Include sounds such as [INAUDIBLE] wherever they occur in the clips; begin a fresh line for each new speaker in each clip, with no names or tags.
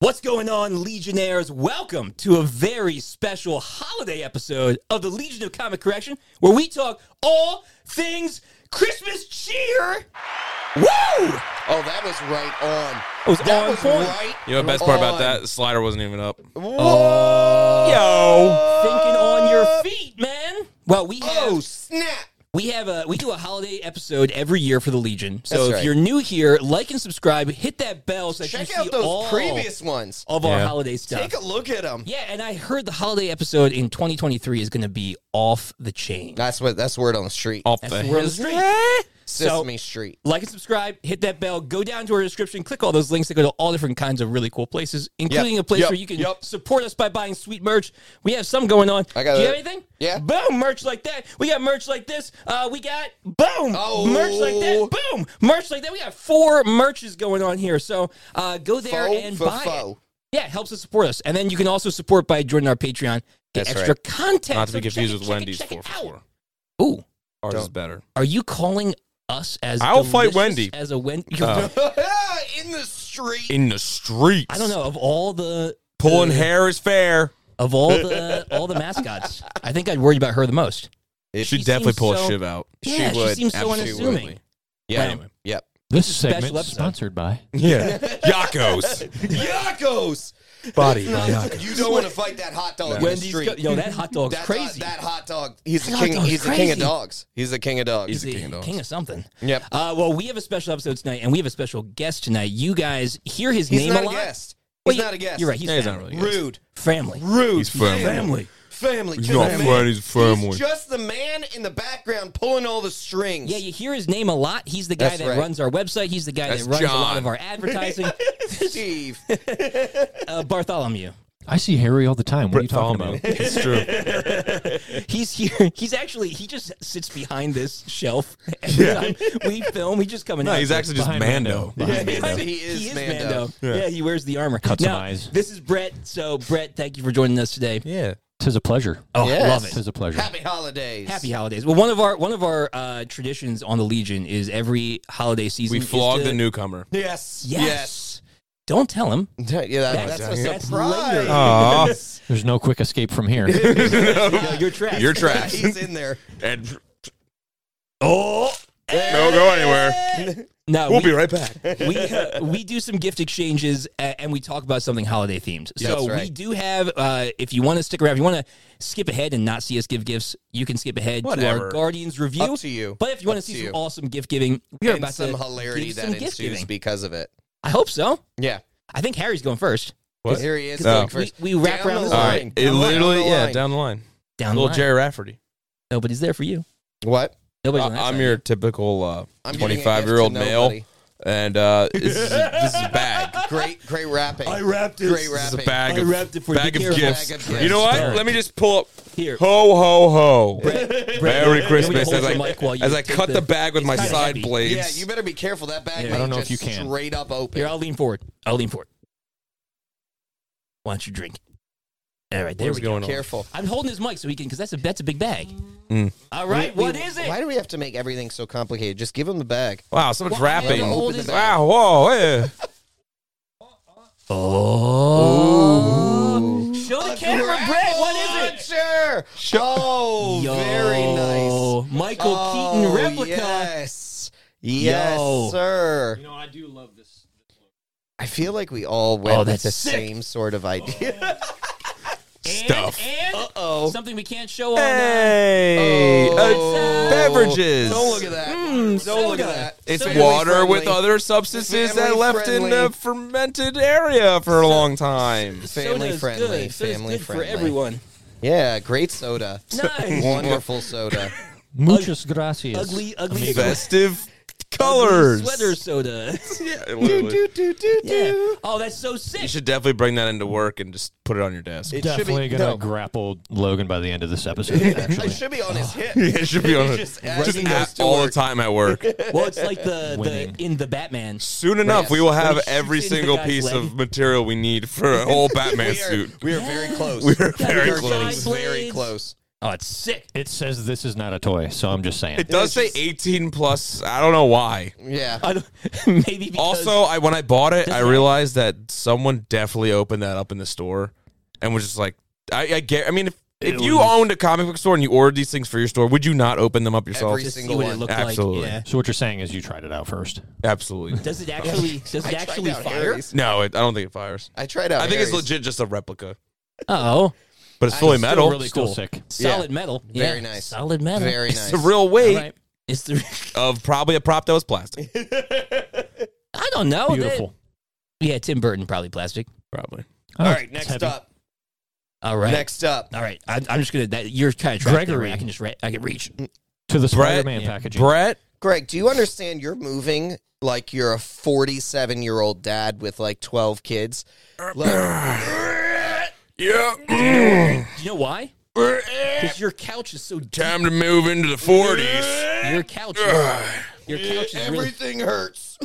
What's going on, Legionnaires? Welcome to a very special holiday episode of the Legion of Comic Correction, where we talk all things Christmas cheer. Woo!
Oh, that was right on.
It was
that
on
was
point.
right.
You know the best part about
on.
that? The slider wasn't even up.
Whoa!
Yo, thinking on your feet, man. Well, we have
Oh snap!
we have a we do a holiday episode every year for the Legion. So
That's
if
right.
you're new here, like and subscribe, hit that bell so that you
Check
see
out those
all
previous ones.
of our
Yeah.
holiday stuff.
Take a look at them.
Yeah, and I heard the holiday episode in 2023 is going to be off the chain.
That's what. That's word on the street.
Off
That's
the
the word on the street. So,
Sesame Street.
like and subscribe, hit that bell, go down to our description, click all those links that go to all different kinds of really cool places, including a place
Yep.
where you can
Yep.
support us by buying sweet merch. We have some going on.
I got
Do you have
it.
anything?
Yeah.
Boom, merch like that. We got merch like this. Uh, we got boom,
Oh.
merch like that. Boom, merch like that. We got four merches going on here. So uh, go there
Faux
and
for
buy it.
faux.
Yeah, it helps us support us. And then you can also support by joining our Patreon. Get
That's
extra content.
Not to
So
be
check
confused
it,
with
check it,
Wendy's
check
four
it
for
out.
four.
Ooh,
Ours is
Don't.
better.
are you calling us as
I'll fight
delicious
Wendy.
as a Wendy?
Uh.
Oh.
[LAUGHS] In the street.
In the streets.
I don't know of all the
Pulling
the-
hair is fair.
of all the all the mascots. I think I'd worried about her the most.
She'd
she
definitely
seems
pull
so-
a shiv out.
She
yeah,
would,
she seems so
absolutely.
unassuming.
Yeah.
Anyway.
Yep.
[LAUGHS]
This
This is a special
segment
episode.
sponsored by.
Yeah. Yakos.
[LAUGHS] Yakos.
Body.
You don't want to fight that hot dog in the
Wendy's,
street.
co- yo, that hot dog's
That hot-
crazy.
that hot dog. He's the
That hot
king.
dog's
He's the king of
crazy.
dogs. He's the king of dogs.
He's the king of something.
Yep.
Uh, well, we have a special episode tonight, and we have a special guest tonight. You guys hear his
He's
name
not
a
a
lot.
guest.
Well,
He's
you-
not a guest.
You're right. He's,
Yeah, he's not
family.
really
Rude.
Family.
Rude.
He's family.
Family.
He's
just
not
a
friend,
man.
he's family.
He's just the man in the background pulling all the strings.
Yeah, you hear his name a lot. He's the guy
That's
that
right.
runs our website. He's the guy
That's
that runs a lot
John.
of
[LAUGHS]
our advertising.
Steve. [LAUGHS]
uh, Bartholomew.
I see Harry all the time. What are you talking
Bartholomew.
about?
It's true.
He's here. He's actually he just sits behind this shelf every
Yeah.
time we film. He's just coming
[LAUGHS] No,
out.
he's actually just
Behind
Mando.
Mando.
Yeah,
Behind Mando.
He is Mando.
Yeah. he wears the armor.
Cut some
Now,
eyes.
This is Brett. So Brett, thank you for joining us today.
Yeah.
Tis a pleasure.
Oh, I
Yes.
love it.
Tis a pleasure.
Happy holidays.
Happy holidays. Well, one of our one of our uh, traditions on the Legion is every holiday season
We
is
flogged
to-
the newcomer.
Yes.
Yes. Don't tell him.
Yeah, that, that's,
That's-
a
that's
surprise.
later.
Aw.
There's no quick escape from [LAUGHS] here.
No, you're trapped. [LAUGHS]
You're
[LAUGHS]
trapped.
He's in there.
and
oh.
no go anywhere.
No,
We'll
we-
be right back.
[LAUGHS] we uh, we do some gift exchanges uh, and we talk about something holiday themed. So
That's right.
we do have. Uh, if you want to stick around, if you want to skip ahead and not see us give gifts, you can skip ahead to
Whatever.
our Guardians review.
Up to you.
But if you want to
Up
see
to
some
you.
awesome gift giving, we are
and
about
some
to
hilarity
give
that
some
ensues
gift giving.
because of it.
I hope so.
Yeah.
I think Harry's going first.
What?
Here he is.
No.
going first.
We- we wrap
Down
around
the
the
All
line.
right. Uh, It
Down the
literally,
line.
yeah, down the line.
Down the
Little
line.
Jerry Rafferty.
Nobody's there for you.
What?
Nobody's
Uh,
on that
I'm
side.
your typical uh,
I'm giving a
25 year old
gift to
male,
nobody.
and uh, this, is, this is a
[LAUGHS]
bag.
Great, great rapping.
I wrapped it.
Great
This is
rapping.
a bag
I
of,
wrapped it for
bag,
you.
of
Be
gifts.
careful. Bag of gifts.
You know what?
Sorry.
Let me just pull up.
Here.
Ho ho ho!
Brett,
Merry
let me
Christmas!
hold
As
the
I,
mic while you
as I
take
cut the, bag with
It's
my
kinda
side
heavy.
blades.
Yeah, you better be careful. That bag.
Yeah.
may
I don't know if
just
you can.
Straight up open.
Here, I'll lean forward. I'll lean forward. Why don't you drink? All right, there
What's
we go.
going on?
careful.
I'm holding his mic so he can, because that's a that's a big bag.
Mm.
All right,
We-
what
we-
is it?
Why do we have to make everything so complicated? Just give him the bag.
Wow, so much
Well, I
wrapping.
am old as-
Wow, whoa, yeah.
Oh, show the
A
camera,
grapple
Brett. What is it?
Launcher! Oh,
Yo,
very nice.
Michael
Oh,
Keaton replica.
Yes, yes,
Yo.
sir.
know, I do love this.
I feel like we all went
Oh,
with
that's
the
sick.
same sort of idea. Oh.
And-
Stuff.
And
Uh-oh.
something we can't show on. uh,
Hey,
Oh.
uh, beverages.
Don't look at that. Don't look
soda.
at that.
It's
Family
water with
friendly.
other substances that
Family
left in
friendly.
the fermented area for a long time.
Family
Soda's
friendly,
Good. Soda's
family
good
friendly.
for everyone.
Yeah, great soda.
Nice.
Wonderful soda.
Muchas gracias.
Ugly, ugly
Festive
sweater-
colors.
sweater soda. [LAUGHS]
Yeah,
do,
literally.
do, do, do,
yeah.
do.
Oh, that's so
You
sick.
should definitely bring that into work and just put it on your desk. [LAUGHS]
It should be-
Definitely gonna
no.
grapple Logan by the end of this episode. Actually,
It should be on his hip.
it should be on it.
Just
Just,
add those
at
to
all the
work.
time at work.
Well, it's like the, the
Winning.
in the Batman.
Soon enough, we will have
When he
every
shoots into
single
the guy's
piece
leg.
of material we need for a whole Batman
We are,
suit.
we are very close.
We are very
Guys,
close.
very
Blades.
close.
Oh, it's sick.
It says this is not a toy, so I'm just saying.
It does say 18 plus. I don't know why.
Yeah.
I don't, [LAUGHS] maybe because
Also, I when I bought it, I realized that someone definitely opened that up in the store and was just like, I, I get. I mean, if, if you owned a comic book store and you ordered these things for your store, would you not open them up yourself?
Every
just see
single
what it
one.
looked
Absolutely.
like. Yeah.
So what you're saying is you tried it out first.
Absolutely.
Does [LAUGHS] it actually? Does it
I tried
actually
out
fire?
Harry's.
No, it, I don't think it fires.
I tried out.
I think it's
Harry's.
legit just a replica,
Oh,
but it's fully
Still
metal.
really cool.
Still.
sick.
solid metal.
Very
Yeah,
nice.
Solid metal.
Very nice.
It's the
[LAUGHS]
real weight
All right. It's the. [LAUGHS]
of probably a prop that was plastic.
I don't know. Oh, They-
Beautiful. Oh,
yeah, Tim Burton probably plastic.
probably.
All right, next
heavy.
up.
All right.
Next up.
All right. I, I'm just gonna. That, you're kind of trapped there,
Gregory.
right? I can just. Re- I can reach.
to the
Brett-
Spider-Man packaging.
Brett
Greg, do you understand you're moving like you're a 47 year old dad with like 12 kids?
[COUGHS] Yeah. mm.
Do you know why? Because your couch is so. deep.
Time to move into the 40s.
Your couch. is- Your couch is really.
hurts.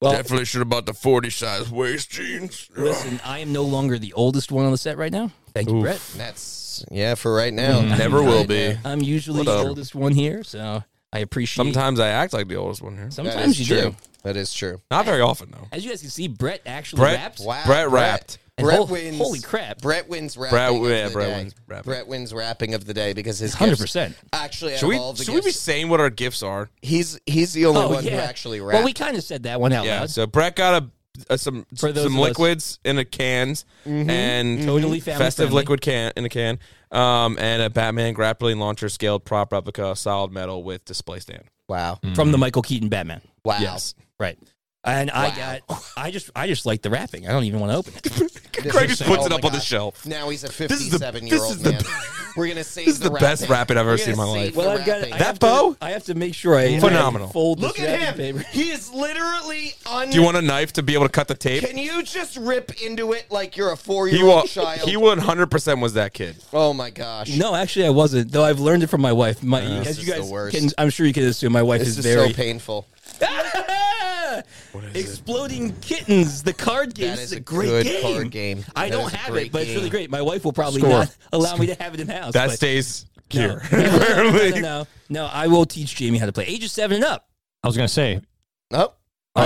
Well,
Definitely should have bought the 40 size waist jeans.
[LAUGHS] listen. I am no longer the oldest one on the set right now. Thank you, Brett.
That's, yeah, for right now.
Never will be.
I'm usually the oldest one here, so I appreciate.
Sometimes I act like the oldest one here.
Sometimes you do.
That is true.
Not very often, though.
As you guys can see, Brett actually
Brett-
raps.
Wow.
Brett rapped.
And
Brett
hol-
wins.
holy crap.
Brett wins rapping.
Brett-
of
yeah,
the
Brett
day.
wins rapping.
Brett wins rapping of the day because his
Hundred
gifts-
percent.
Actually, out
Should
of
we,
all the
should we be
gifts,
saying what our gifts are?
he's he's the only one
Oh,
who
yeah.
actually rapped.
Well, we kind of said that one out
Yeah.
loud.
So Brett got a, a some
For those of us-
some
Mm-hmm.
liquids in a cans
Mm-hmm.
and
Totally family
festive
friendly.
liquid can in a can, um, and a Batman grappling launcher scaled prop replica, solid metal with display stand.
wow.
From the Michael Keaton Batman.
Wow.
Yes.
Right. And I got I just I just like the rapping. I don't even want to open it.
This
Greg
is
just
so-
puts it
oh
up
my
on the
God.
shelf.
Now he's a
is the-
57 year
this
old
is the-
man. We're going to save
This is the best rapping I've ever
We're
seen in my
gonna save
life.
the rapping.
I
That
have to-
bow?
I have to make sure I I
Phenomenal.
Fold this
Look at him.
wrapping paper.
He is literally un.
Do you want a knife to be able to cut the tape?
Can you just rip into it like you're a four
He
year
wa-
old child?
he 100% was that kid.
oh my gosh.
No, actually, I wasn't. Though I've learned it from my wife. My, as
This
you
is the
guys
worst.
can, I'm sure you can assume my wife
This is
very [LAUGHS]
so painful.
Exploding Kittens, the card game.
That
This
is
is a
a
great
good
game.
card game.
I
That
don't
is a
have
great
it, but it's really
game.
great. My wife will probably
Score.
not allow me to have it in house.
That
but
stays
[LAUGHS]
no.
here.
No, no, no,
Apparently.
no, no, no. I will teach Jamie how to play. Ages seven and up.
I was gonna say, uh,
Nope.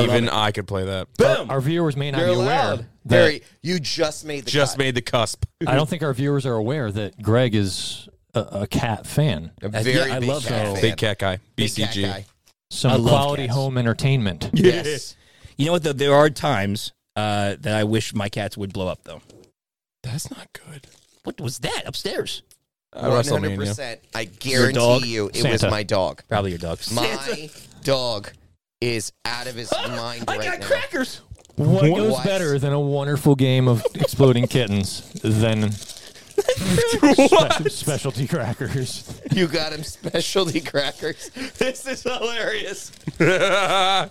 Even I could play that.
Boom.
our viewers may not
You're
be aware.
allowed.
that-
Very. You just made the
Just
cut.
made the cusp.
I don't think our viewers are aware that Greg is a, a cat fan.
A
Yeah,
very
I
big
love
cat
that.
fan.
Big cat guy.
Big cat
BCG.
guy.
I
Some
love
quality
cats.
home entertainment.
Yes.
You know what? Though there are times uh, that I wish my cats would blow up. Though.
That's not good.
What was that upstairs?
I
One
wrestled
hundred
[LAUGHS] you.
percent. I
dog?
guarantee you, it was
Santa.
my dog.
Probably your dog.
[LAUGHS] My dog is out of his mind
[GASPS] I
right
got
now.
crackers.
What,
What?
goes
What?
better than a wonderful game of exploding kittens
[LAUGHS]
than spe- specialty crackers?
You got him
[LAUGHS]
specialty crackers. This is hilarious.
Those are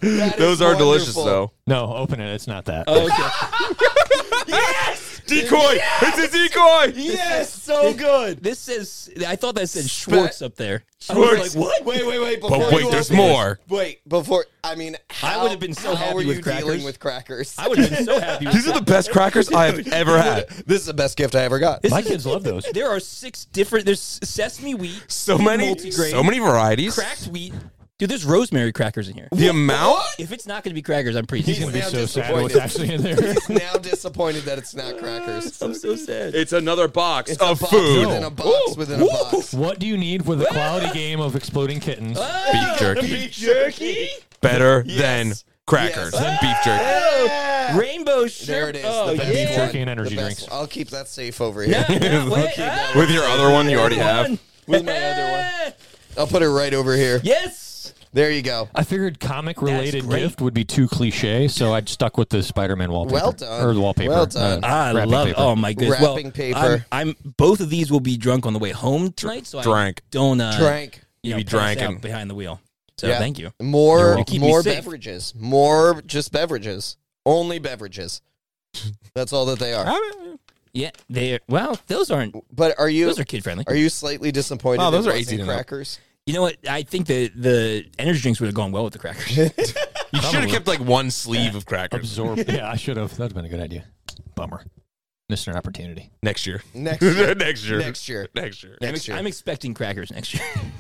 delicious,
wonderful.
though.
No, open it. It's not that.
Oh, Okay.
Decoy! It's a decoy!
Yes, so good.
this says. I thought that said Schwartz up there. I
Schwartz.
was like, what?
Wait, wait, wait. Before
But
you
wait, there's
open this-
more.
Wait, before I mean, how,
would've been so
how
happy
are
with
you
crackers.
dealing with crackers?
I would have been so happy.
[LAUGHS]
With
These are the best crackers I have ever had.
this is the best gift I ever got.
My kids love those.
There are six different. There's sesame wheat.
So many,
Multigrain.
so many varieties.
cracked wheat. Dude, there's rosemary crackers in here.
The amount.
If it's not going to be crackers, I'm pretty.
I'm
He's
gonna be
now
so sad what's
disappointed.
actually
[LAUGHS]
in there.
[LAUGHS] now disappointed that it's not crackers.
I'm so sad.
It's another box
It's
of
a box
food.
within a box within a box.
what do you need with a quality game of exploding kittens?
Beef jerky.
Beef jerky.
Better than crackers.
Yes.
Than beef jerky.
Yeah.
Rainbow shirt.
There it is.
Oh,
the best
yeah.
Beef
[LAUGHS]
one,
jerky and
the
energy
best
drinks.
one. I'll keep that safe over
[LAUGHS]
here.
Yeah, wait, ah,
With your other one you already have.
one.
With my other one.
Ah,
I'll put it right over here.
Yes.
There you go.
I figured comic related
great.
gift would be too cliche, so I stuck with the Spider Man wallpaper.
Well done.
Or the wallpaper.
Well done.
uh,
I
wrapping
love.
paper.
Oh my goodness.
Wrapping
well,
paper.
I'm, I'm- Both of these will be drunk on the way home tonight, so
Drank.
I don't. Uh,
Drank.
You know,
You be
pass
dranking.
out behind the wheel. So
Yeah.
thank you.
More
welcome. Keep me
more
safe.
beverages. More just beverages. Only
[LAUGHS]
beverages. That's all that they are.
Yeah. They. Well, those aren't.
But are you
Those are kid friendly.
are you slightly disappointed?
Wow,
it
those are
wasn't
18 and up. [LAUGHS]
crackers.
You know what? I think the the energy drinks would have gone well with the crackers.
You should have kept like one sleeve of crackers.
[LAUGHS] Absorb. yeah, I should have. That would have been a good idea. Bummer. Missed an opportunity.
next year.
Next year.
[LAUGHS] next year.
Next year.
Next year.
I'm,
Next
ex-
year.
I'm expecting crackers next year. [LAUGHS]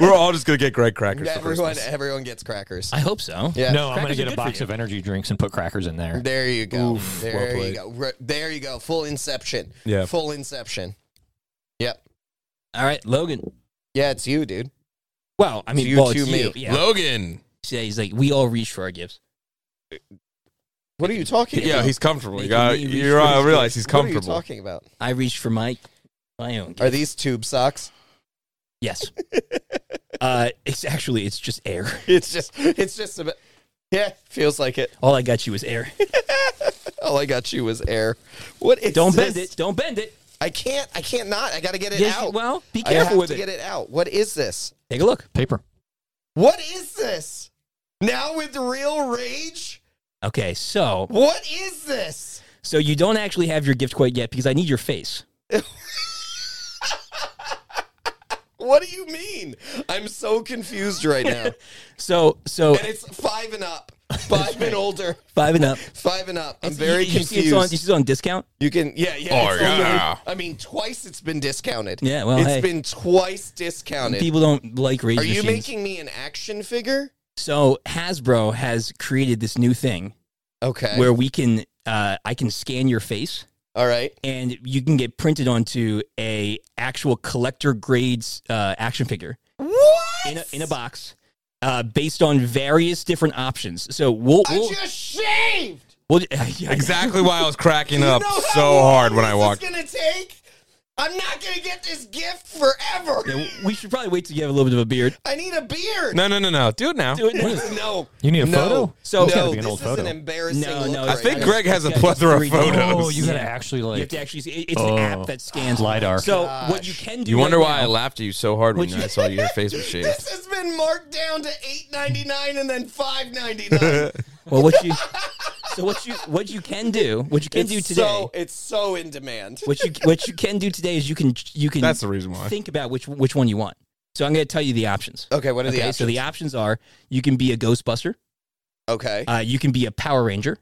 We're all just gonna get Greg crackers. for
everyone,
Christmas.
everyone gets crackers.
I hope so.
Yeah.
no, I'm
Crackers
gonna
are
get
good
a
for
box
you.
of energy drinks and put crackers in there.
There you go.
well
there you
played.
go. Re- there you go. Full inception.
Yeah.
Full inception. Yep.
All right, Logan.
Yeah, it's you, dude.
Well, I mean,
you
well,
to
it's
me.
you. Yeah.
Logan.
Yeah, he's like, we all reach for our gifts.
What are you talking
Yeah,
about?
he's comfortable. You
Making
got.
me reach
You
for his
realize he's
what are you
comfortable.
talking about?
I reach for my my own. Gift.
Are these tube socks?
yes. uh, it's actually it's just air.
[LAUGHS]
[LAUGHS]
It's just, it's just about. Yeah, feels like it.
All I got you was
[LAUGHS]
air.
All I got you was air. What is
Don't bend
this?
it. Don't bend it.
I can't. I can't not. I got to get it
Yes,
out.
well, be
I have
careful with
to
it.
get it out. What is this?
Take a look.
Paper.
What is this? Now with real rage?
Okay, so
What is this?
so you don't actually have your gift quite yet because I need your face.
What do you mean? I'm so confused right
[LAUGHS]
now.
So so
and it's five and up. Five and older.
five and up.
Five and up. [LAUGHS] I'm
It's-
very
you, you see
confused.
It's on, you see it's on discount.
You can, yeah, yeah.
Oh,
it's only-
yeah.
I mean, twice it's been discounted.
Yeah, well,
it's
hey.
been twice discounted.
People don't like rage
Are you
machines.
making me an action figure?
so Hasbro has created this new thing
Okay.
where we can uh, I can scan your face
All right.
and you can get printed onto a actual collector grades uh, action figure
What?
in a, in a box uh, based on various different options. So we'll,
I
we'll,
just shaved.
we'll [LAUGHS] yeah,
Exactly why I was cracking
You
up
know how
so
long
hard when
this
I walked.
Is gonna take. I'm not gonna get this gift forever.
yeah, we should probably wait till you have a little bit of a beard.
I need a beard.
No, no, no, no. Do it
[LAUGHS]
now.
Do it now.
no.
You need a
no.
photo?
So-
no,
It's gotta
be an
this
old
is
photo.
an embarrassing
No,
look
no,
right
I
I think
now.
Greg has a
Yeah, just
plethora
three
of
D.
Oh,
photos.
you gotta
Yeah.
actually
You have
like.
to actually see. it- It's an
Oh.
app that scans
LiDAR.
So what you can do.
You wonder
right
why I
now-
laughed at you so hard when
Would you-
I
[LAUGHS]
saw your face was shaved.
This has been marked down to eight ninety nine and then five ninety nine.
Well, what you. So what you what you can do what you can do today.
So it's so in demand.
what you what you can do today is you can you can
[LAUGHS] That's the reason why.
think about which which one you want. So I'm going to tell you the options.
Okay, what are
Okay,
the
so the options
options?
are you can be a Ghostbuster,
okay,
uh, you can be a Power Ranger,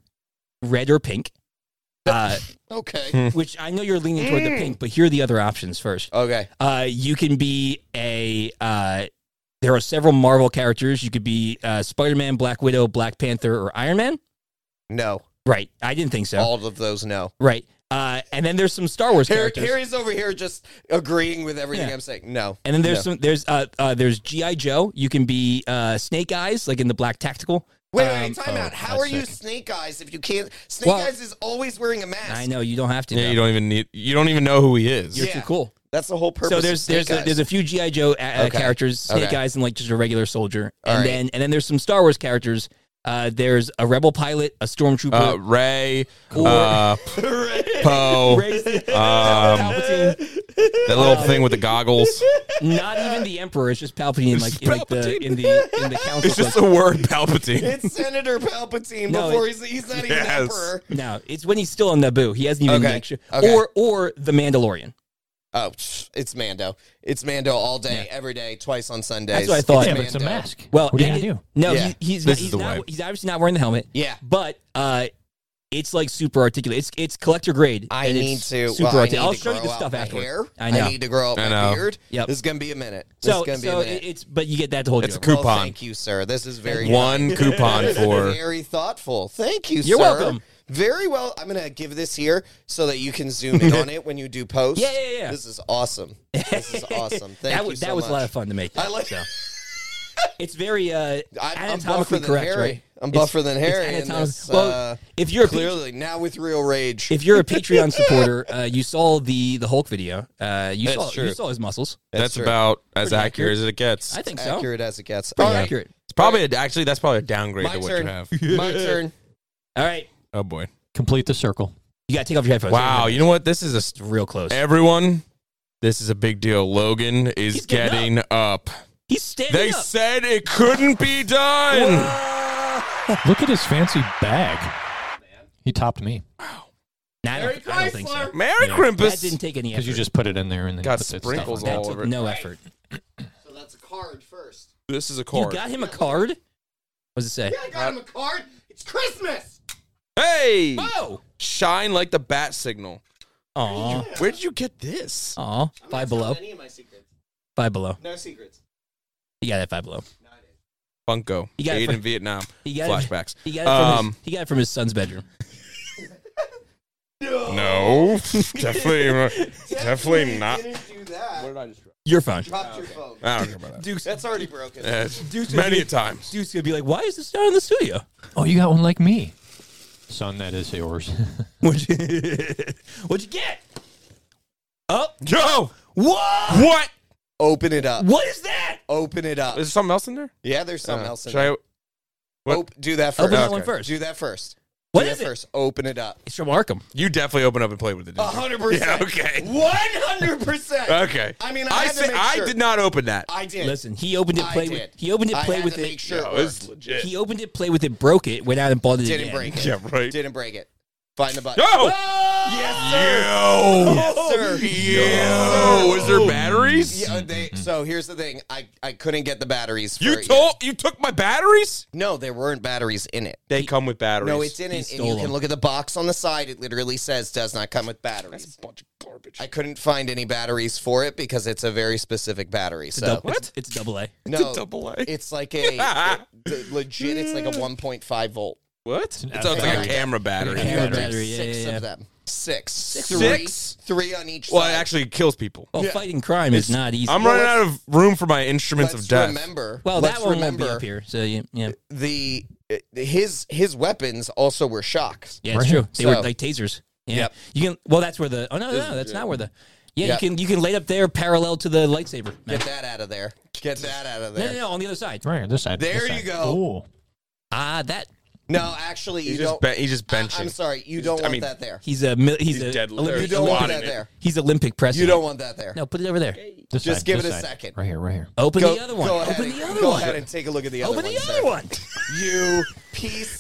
red or pink,
[LAUGHS]
uh,
okay,
which I know you're leaning toward the pink, but here are the other options first.
okay.
Uh, you can be a. Uh, there are several Marvel characters. You could be uh, Spider Man, Black Widow, Black Panther, or Iron Man.
No,
Right. I didn't think so.
all of those no.
Right. Uh, and then there's some Star Wars
Harry,
characters.
Harry's over here just agreeing with everything
Yeah.
I'm saying. No,
And then there's some there's uh, uh there's GI Joe. You can be uh Snake Eyes, like in the Black Tactical.
Wait, wait,
Um,
wait, time
oh,
out. How
that's
are you
sick.
Snake Eyes if you can't? Snake
Well-
Eyes is always wearing a mask.
I know you don't have to.
Yeah,
though.
you don't even need. You don't even know who he is.
You're
Yeah.
too cool.
That's the whole purpose.
So
of
there's
Snake
there's a,
Eyes.
there's a few GI Joe uh, uh,
Okay.
characters, Snake
Okay.
Eyes, and like just a regular soldier.
All
and
right.
then and then there's some Star Wars characters. Uh, there's a rebel pilot, a
Uh,
stormtrooper,
Ray,
[LAUGHS]
uh,
Uh,
Poe,
Rey's-
um,
[LAUGHS] Palpatine.
that little thing with
[LAUGHS]
the goggles.
Not even the Emperor. It's just Palpatine, in, like in like the
Palpatine.
in the in the
[LAUGHS]
council.
It's just the word Palpatine.
it's Senator Palpatine
No,
before he's he's not even
Yes.
emperor.
no, it's when he's still on Naboo. He hasn't even
Okay.
made sure.
Okay.
Or or the Mandalorian.
Oh, psh, it's Mando. It's Mando all day, every day, twice on Sundays.
That's what I thought.
yeah,
It's
but it's a
Mando.
mask.
Well,
what are you
and
gonna
it-
do?
No,
Yeah.
he, he's
This
not,
is
he's,
the
not,
way.
he's obviously not wearing the helmet.
Yeah.
but uh, it's like super articulate. It's it's collector grade.
I
and
need
it's
to.
Super
well, I need
articulate. I'll
to
show you
grow
the
out
stuff
my
afterward.
hair.
I know.
need to grow out my
I know.
beard.
Yep.
This is gonna be a minute. This
so
is gonna be
so
a
it-
minute.
it's but you get that the whole
It's a
deal.
Well,
coupon.
thank you, sir. This is very
[LAUGHS] One coupon for.
very thoughtful. Thank you.
You're
sir.
welcome.
Very well. I'm gonna give this here so that you can zoom in on it when you do
[LAUGHS]
post.
Yeah, yeah, yeah.
This is awesome. This
[LAUGHS]
is awesome. Thank
that
you
was
so
that was
much.
a lot of fun to make.
I like.
so. It's very uh,
I'm, I'm
anatomically
buffer than
correct,
Harry.
right?
I'm
It's-
buffer than
it's
Harry. in
anatomic-
this,
well,
uh,
if you're a Pat-
clearly now with real rage.
if
[LAUGHS]
you're a Patreon supporter, uh, you saw the the Hulk video. Uh, you
That's
saw you
true.
saw his muscles.
That's
true.
about as
Pretty
accurate
accurate.
as it gets.
I think so.
accurate as it gets.
Pretty
All right.
accurate.
It's probably a, actually that's probably a downgrade
My
to what
turn.
[LAUGHS]
you have.
My turn.
All right,
Oh boy!
Complete the circle.
you got to take off your headphones.
Wow, you know what? This is a
It's real close.
everyone. This is a big deal. Logan is
He's getting
getting up.
He's standing
They
up.
said it couldn't be done.
Look at his fancy bag. He topped me
Nah, I, don't, I don't think so.
Mary
That
Crimpus.
didn't take any effort.
because you just put it in there and then
Got
put the stuff
sprinkles
on top.
that
all
took
over it.
no effort.
So that's a card first.
this is a
You got him a card? What does it say?
I got him a card. It's Christmas.
Hey,
Oh!
shine like the bat signal.
Aw.
Where did you get this?
Aw. Five below.
Any of my secrets?
Five below.
No secrets.
He got that five below.
Funko.
You got it
Made
from-
in Vietnam.
He got it-
Flashbacks.
He got it from,
Um,
his, he got it from his son's bedroom.
Um,
[LAUGHS]
No, [LAUGHS] definitely, definitely not.
Didn't do that.
did I just?
You're fine.
Dropped your phone.
I don't care about that.
Duke's,
Oh, That's already broken.
Yeah, it's
Dude's gonna
many
be-
a times.
Duke's gonna be like, why is this not in the studio? [LAUGHS]
Oh, you got one like me. Son, that is yours. [LAUGHS]
What'd you, [LAUGHS] what'd you get? Oh,
Yo,
what?
what?
Open it up.
What is that?
Open it up.
Is there something else in there? Uh,
Yeah, there's something else in
Should
there.
I? What?
Op- do that first.
Open that
Okay.
one first.
Do that first.
What
do
is
that
it?
first. Open it up.
It's from Arkham.
You definitely open up and play with it. didn't you?
100%.
Yeah, okay.
100%.
Okay.
I mean, I had to
say
make
I
sure.
did not open that.
I did.
Listen, he opened it.
I
Play with.
did.
He opened it.
I
Play
had
with
to
it.
make sure it
Yo, this is
worked.
legit.
He opened it. Play with it. Broke it. Went out and bought it
Didn't
again.
break it.
yeah, right.
Didn't break it. Find the button.
Yo.
Oh!
Yo.
sir.
Yo.
Yes,
Is there batteries?
Yeah, they, so here's the thing. I, I couldn't get the batteries. For
Mm-hmm, You
it yet.
told you took my batteries?
No, there weren't batteries in it.
They come with batteries.
No, it didn't. And
stole
you can
them.
look at the box on the side. It literally says does not come with batteries.
bunch of garbage.
I couldn't find any batteries for it because it's a very specific battery.
It's a
So
dou- It's, it's a double A.
no,
It's a double A.
It's like
[LAUGHS]
a it- legit. It's like a 1.5 volt.
what? It sounds like
battery.
a camera battery.
Yeah.
And
battery,
there's
yeah,
six
yeah, yeah.
of them. Six.
Six?
Three, three on each.
Well, it
side.
actually kills people.
Well, fighting crime is Oh, not easy.
I'm running out of room for my instruments
let's
of death.
remember.
well,
let's
that one won't
remember
be up here. So yeah, yeah,
the uh, his his weapons also were shocks.
yeah it's
Right.
true. They were
So-
like tasers. Yeah.
Yep.
You can. Well, that's where the. Oh no, no, that's not where the. Yeah,
Yep.
you can you can lay up there parallel to the lightsaber.
Get
Matt.
that out of there. Get that out of
No, no,
there.
no, on the other side.
right, this side.
There
this
you
side.
go.
Ooh.
Ah, that
No, actually, you
He's
don't.
just, ben- he's just
I-
benching.
I'm sorry, you don't
I
want
mean,
that there.
he's a mil- he's,
He's
a
dead.
Olympic,
You don't want
Lotting
that
it.
there.
he's Olympic
You
president.
don't want that there.
No, put it over there.
This
Just
side,
give
this
it a
side.
second.
Right here, right here.
Open
Go,
the other one.
Go ahead
Open
and,
the other
go
one.
ahead and take a look at the other
Open
one.
the
sir.
other one.
You piece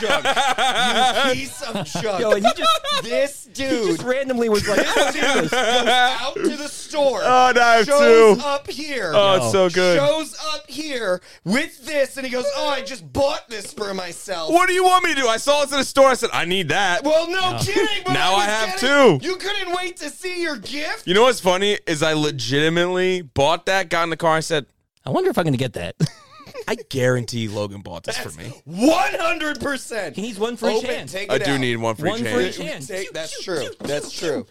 [LAUGHS]
junk. You piece of junk.
Yo, and he just,
[LAUGHS] this
he
dude
just randomly was like, "Let's do
[LAUGHS]
this."
out to the store.
Oh, no, I have
shows
two.
up here.
Oh, it's so good.
Shows up here with this, and he goes, "Oh, I just bought this for myself."
What do you want me to do? I saw this in a store. I said, I need that.
Well, no kidding. But
Now
was
I have
getting-
two.
You couldn't wait to see your gift.
You know what's funny is I legitimately bought that, got in the car, I said,
I wonder if I'm going to get that.
I guarantee Logan bought this for me.
One hundred percent.
He needs one for each
Open,
hand.
Take
I
it
do
out.
need one for
One
each
for
hand.
each hand.
Take- that's true. That's true.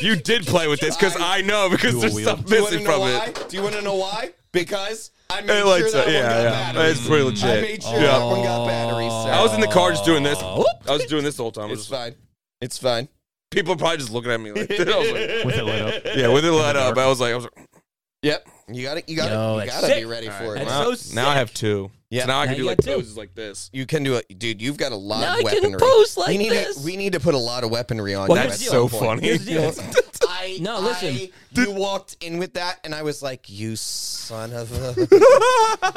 You did play with this because I know because
Dual
there's
wield.
something
Do you want
missing
to know
from
why?
it.
Do you want to know why? Because I made
It lights
sure that
up.
one got
Yeah, yeah.
batteries.
It's pretty
I
legit.
made sure
Yeah.
that one got batteries. So
I was in the car just doing this. I was doing this the whole time. I was
It's
just-
fine. It's fine.
people are probably just looking at me like, I
[LAUGHS]
was like
[LAUGHS] With it lit up.
yeah, with it let up. I was like, I was like,
Yep. You got it. You got
Yo,
it. You
that's
got to be
sick.
ready for it.
That's
now,
so
now I have two.
Yeah.
So now I
Now
can do
you
like
got two.
poses like this.
You can do it, dude. You've got a lot
Now
of
I can
weaponry.
pose like
we need
this.
To, we need to put a lot of weaponry [LAUGHS] on.
Well,
you
here's
at
the
some
deal.
So
point.
funny.
Here's the deal.
I
No, listen.
I, you walked in with that, and I was like, "You son of
[LAUGHS]
a!"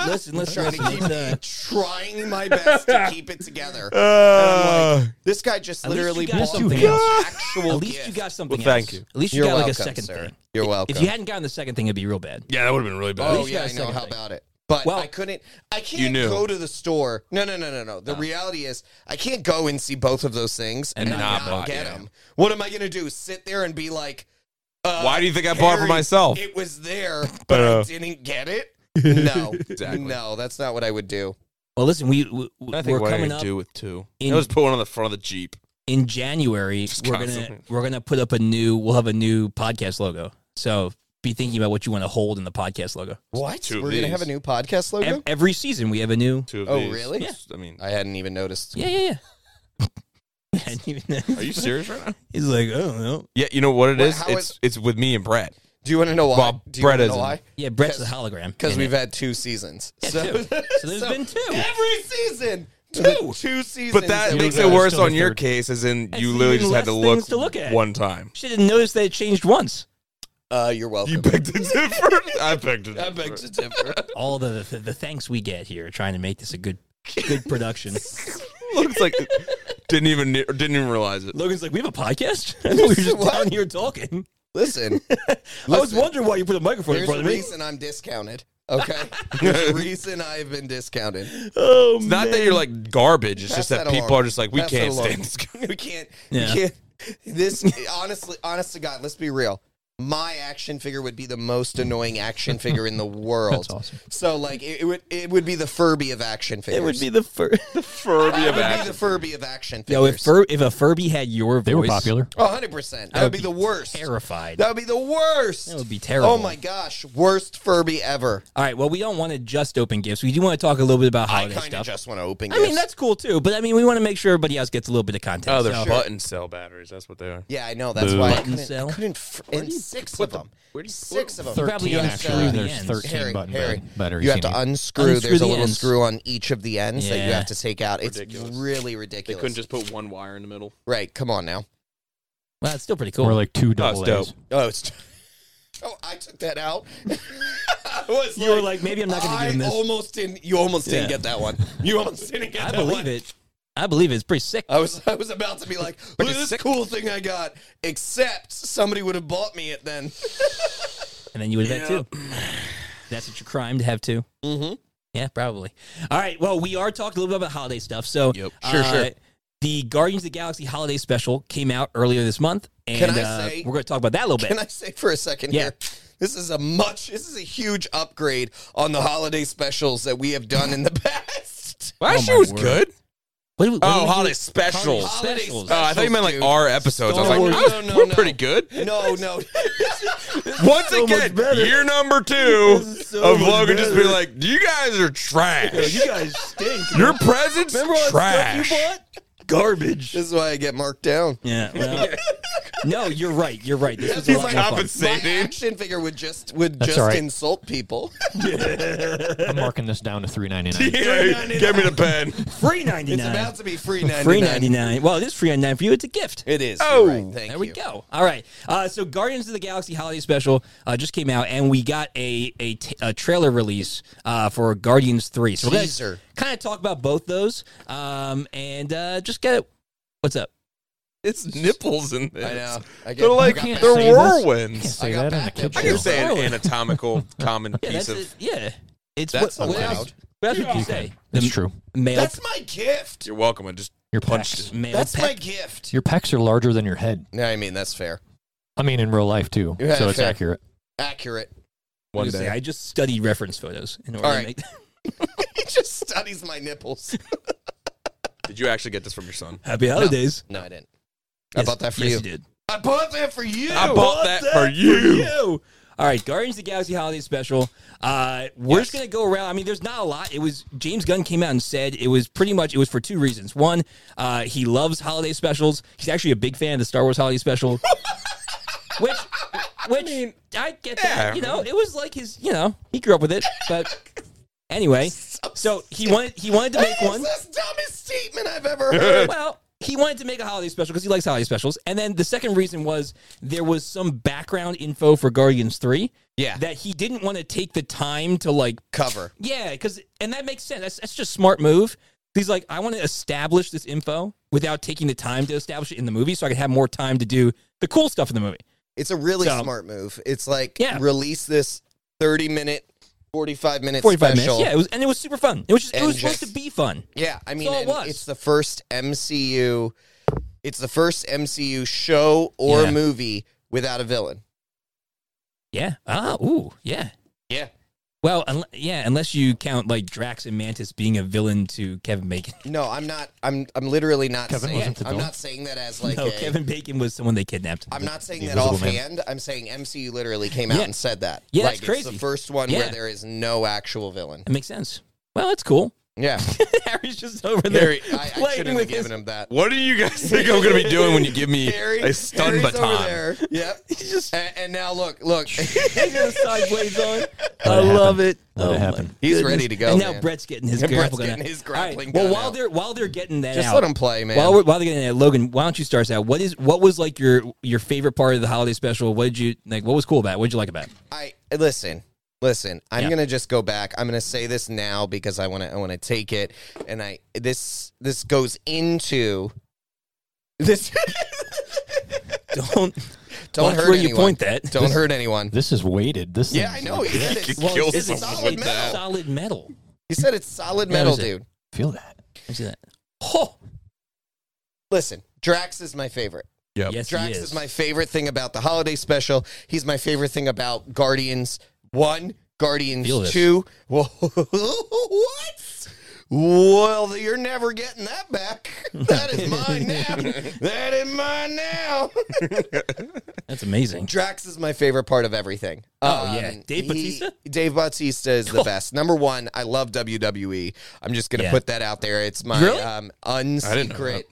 listen, listen,
trying to
listen.
keep
It's, uh,
trying my best to keep it together.
Uh,
This guy just
least
literally
you got
bought
something
the
else.
[LAUGHS] actual
at least
gift.
you got something.
Well, thank
else.
you.
At least you
You're
got
welcome,
like a second
sir.
thing.
You're
If
welcome.
you hadn't gotten the second thing, it'd be real bad.
yeah, that would have been really bad.
oh
least you
yeah,
got
I
a
know
second
how
thing.
about it. But
Well-
I couldn't. I can't
You knew.
go to the store. No, no, no, no, no.
Oh.
The reality is, I can't go and see both of those things and,
not
not,
buy-
get
yeah.
them. What am I gonna do? Sit there and be like, uh,
Why do you think I bought it for
Harry,
myself?
It was
[LAUGHS]
there, but
But, uh,
I didn't get
[LAUGHS]
it. No,
Exactly.
no, that's not what I would do.
Well, listen, we, we
I
we're
think what I
coming
would
up
do with two.
in-
I was put one on the front of the Jeep.
in January. We're gonna
constantly.
we're gonna put up a new. We'll have a new podcast logo. So be thinking about what you want to hold in the podcast logo.
What?
Two of
We're gonna have a
these.
new podcast
Ev-
logo.
every season we have a new.
Two of
Oh,
these.
really? Yeah.
I mean,
I hadn't even noticed.
Yeah, yeah,
[LAUGHS]
yeah. I didn't even know.
are you serious right now?
He's like, "Oh, I don't know.
Yeah, you know what it
Well,
is?
how
It's
is-
it's with me and Brad.
Do you want to know why?
Well,
do you want
Brett
to know
isn't.
why?
Yeah, Brett's a hologram.
Because
And
we've had two seasons. so,
two.
[LAUGHS]
So there's been two.
Every
[LAUGHS]
season. [LAUGHS] Two. Two seasons.
But that
that
makes
we
it
had.
worse
Still the
on your
third.
case, as in
That's
you literally
even
just had to
less
look,
things to look at.
one time.
She didn't notice that it changed once.
[LAUGHS] Uh, you're welcome.
You picked a different. I picked
[LAUGHS]
a
I
different.
beg to
[LAUGHS]
differ.
All the, the the thanks we get here trying to make this a good good production.
[LAUGHS] Looks like didn't even ne- didn't even realize it.
Logan's like, we have a podcast. [LAUGHS] I thought we were just
What?
down here talking.
Listen,
I was
[LAUGHS]
Listen.
wondering why you put a microphone in
there's
front
a
of me.
reason I'm discounted.
[LAUGHS]
Okay, there's a reason I've been discounted.
Oh,
It's not that you're like garbage. It's just
Pass
that,
that
people
along.
are just like we
Pass that
can't
along.
stand this. guy.
[LAUGHS] we can't.
Yeah.
We can't. This honestly, honest to God, let's be real. My action figure would be the most annoying action figure
[LAUGHS]
in the world.
That's awesome.
So like it, it would it would be the Furby of action figures.
it would be the
[LAUGHS]
first.
Furby
It [LAUGHS]
of
would
action.
be the Furby of action figures.
Yo, if Fur- if a Furby had your voice, [LAUGHS]
They were popular.
Oh, 100%. That would be the worst.
Terrified.
That would be the worst.
That would be terrible.
Oh my gosh, worst Furby ever.
All right. Well, we don't want to just open gifts. We do want to talk a little bit about
I
holiday
kind of
stuff.
just want to open
I mean,
gifts.
that's cool too. But I mean, we want to make sure everybody else gets a little bit of content.
Oh, they're
so-
button cell batteries. That's what they are.
Yeah, I know. That's why I
Button
couldn't.
cell?
I couldn't fr- and six of them. six of them.
Probably
13
on
actually.
the
There's
ends.
13
Harry,
button
Harry,
batteries.
you have to
need.
unscrew.
Unscrew
There's
the
a little
ends.
screw on each of the ends that you
Yeah.
have to take out. It's
Ridiculous.
really
They
ridiculous.
couldn't just put one wire in the middle.
right, come on now.
Well, it's still pretty cool.
or like two double
dope.
A's.
Oh, it's. [LAUGHS] Oh, I took that out. [LAUGHS] I was
you were like, maybe I'm not going to
I
give him this.
almost didn't. You almost didn't
Yeah.
get that one. You almost didn't get
I
that
believe
one.
it. I believe it. it's pretty sick.
I was I was about to be like, look at
it's
this
sick.
cool thing I got. Except somebody would have bought me it then.
And then you would have had two. That's what your crime to have two. Mm-hmm. Yeah, probably. All right. Well, we are talking a little bit about holiday stuff. So, uh,
Yep.
Sure, sure.
The Guardians of the Galaxy holiday special came out earlier this month, and
I
uh,
say-
we're going to talk about that a little bit.
Can I say for a second
Yeah.
here? This is a much. This is a huge upgrade on the holiday specials that we have done in the [LAUGHS] past.
Last
Oh my
year was
word.
good.
What do we- what do we
Oh,
do?
holiday specials.
Holiday
Holiday
specials.
Oh, I thought you meant like
dude.
our episodes. I was like,
Wars. No,
"Ah,
no,
we're
no. [LAUGHS]
pretty good.
No, no.
Once
so much
again,
better.
year number two
is so
of
much
Logan just
better.
being like, "You guys are [LAUGHS] trash.
You guys stink.
Your presents trash."
bought? Garbage.
this is why I get marked down.
Yeah. Well, no, you're right. You're right. This was a
He's
lot
like,
more
"Compensate."
fun.
My
Say, dude.
action figure would just would
That's
just
all right.
insult people. [LAUGHS]
I'm marking this down to 3.99.
[LAUGHS] [LAUGHS] Yeah, give me the pen.
Free ninety
It's
nine.
about to be free ninety nine.
free ninety nine. Well, it is free ninety nine for you. It's a gift.
It is.
Oh.
Oh, right. thank
there
you.
we go. All right. Uh, so Guardians of the Galaxy Holiday Special uh, just came out, and we got a a, t- a trailer release uh, for Guardians Three. So
Teaser.
kind of talk about both those, um, and uh, just get it. What's up?
It's nipples in this.
I know. I get,
They're like
I got
can't
they're
say this.
whirlwinds.
Say
I got
that on a
back
kid
up.
I
show.
can say an
Whirlwind.
anatomical common
Yeah,
piece
that's
of
it. Yeah, it's
That's
what, what else?
allowed.
What else would you say?
It's
The
true.
Male,
That's my gift.
You're welcome. I just
Your
punch.
pecs.
Male
That's
pec.
my gift.
Your pecs are larger than your head.
No, I mean that's fair.
I mean, in real life, too.
Yeah,
so it's
fair.
accurate.
Accurate. [LAUGHS]
one
Just say,
day.
I just studied reference photos in order
All
to
right.
make. [LAUGHS]
he just studies my nipples.
Did you actually get this from your son?
Happy holidays.
No, I didn't.
Yes,
I bought that for
yes,
you.
did.
I bought that for you.
I bought that for you.
All right, Guardians of the Galaxy Holiday Special. Uh, we're just gonna go around. I mean, there's not a lot. It was James Gunn came out and said it was pretty much it was for two reasons. One, uh, he loves holiday specials. He's actually a big fan of the Star Wars holiday special. which, which I, get
yeah.
that. You know, it was like his. You know, he grew up with it. But anyway, so he wanted he wanted to
[LAUGHS]
make
That is
one.
the dumbest statement I've
[LAUGHS]
ever heard.
well, he wanted to make a holiday special because he likes holiday specials. And then the second reason was there was some background info for Guardians 3
Yeah.
that he didn't want to take the time to like,
Cover.
yeah, because, and that makes sense. That's, that's just smart move. He's like, I want to establish this info without taking the time to establish it in the movie so I can have more time to do the cool stuff in the movie.
It's a really
So-
smart move. It's like
Yeah.
release this 30 minute, 45 minute
45
special.
minutes. Yeah, it was, and it was super fun. It was just, it was
And
supposed
just-
to be fun.
Yeah, I mean,
all it
and
was.
it's the first MCU. It's the first MCU show or
Yeah.
movie without a villain.
Yeah. Ah, ooh, yeah.
Yeah.
Well, unle- yeah, unless you count like Drax and Mantis being a villain to Kevin Bacon.
No, I'm not. I'm. I'm literally not.
Kevin
saying,
wasn't the
I'm
villain?
not saying that as
[LAUGHS]
like.
no,
a,
Kevin Bacon was someone they kidnapped.
I'm not saying
The
that
Invisible Man.
offhand. I'm saying MCU literally came
Yeah.
out and said that.
Yeah,
like
that's
it's
crazy.
the first one
Yeah.
where there is no actual villain.
That makes sense. Well, that's cool. [LAUGHS]
Yeah,
Harry's just over there.
Harry, I, I
playing
should have
with
given
his-
him that.
What do you guys think I'm going to be doing when you give me
Harry,
a stun
Harry's
baton?
Over there. Yep.
[LAUGHS] He's just
And, and now
[LAUGHS]
look, look,
taking
[LAUGHS]
the sideways on. I
Let it happen.
love it. Oh
Let it
my
happen.
He's
goodness.
ready to go,
And now
man.
Brett's getting his
And [LAUGHS] Brett's
grappling.
getting
out.
his
All right,
grappling
Well,
gun
while
out.
they're while they're getting that
just
out,
let him play, man.
While, we're, while they're getting that, Logan, why don't you start us out? What is what was like your your favorite part of the holiday special? What did you like? What was cool about? it? What did you like about? it?
I listen. Listen, I'm
Yeah.
gonna just go back. I'm gonna say this now because I wanna I wanna take it and I this this [LAUGHS] goes into this
Don't
[LAUGHS] Don't
Watch
hurt
where you
anyone.
point [LAUGHS] that.
Don't hurt anyone.
This is weighted. This
Yeah, I
thing's-
know. He
[LAUGHS]
said it's,
Well, Kill
it's
someone
solid
with
it's
metal.
that.
solid metal.
He said it's solid
Yeah,
metal,
it was it.
dude.
Feel that.
Let me see that. Oh,
Listen, Drax is my favorite.
Yep.
yes, he
Drax
is.
is. my favorite thing about the holiday special. He's my favorite thing about Guardians 1,
Feel
Guardians
this.
[LAUGHS] 2. Whoa, what? Well, you're never getting that back. [LAUGHS] That is
[LAUGHS]
mine now. that is mine now. [LAUGHS]
That's amazing.
Drax is my favorite part of everything. Um,
Oh, yeah. Dave Bautista?
Dave Bautista is the best. Number one, I love WWE. I'm just gonna
Yeah.
put that out there. It's my
Really?
um,
didn't know
unsecret.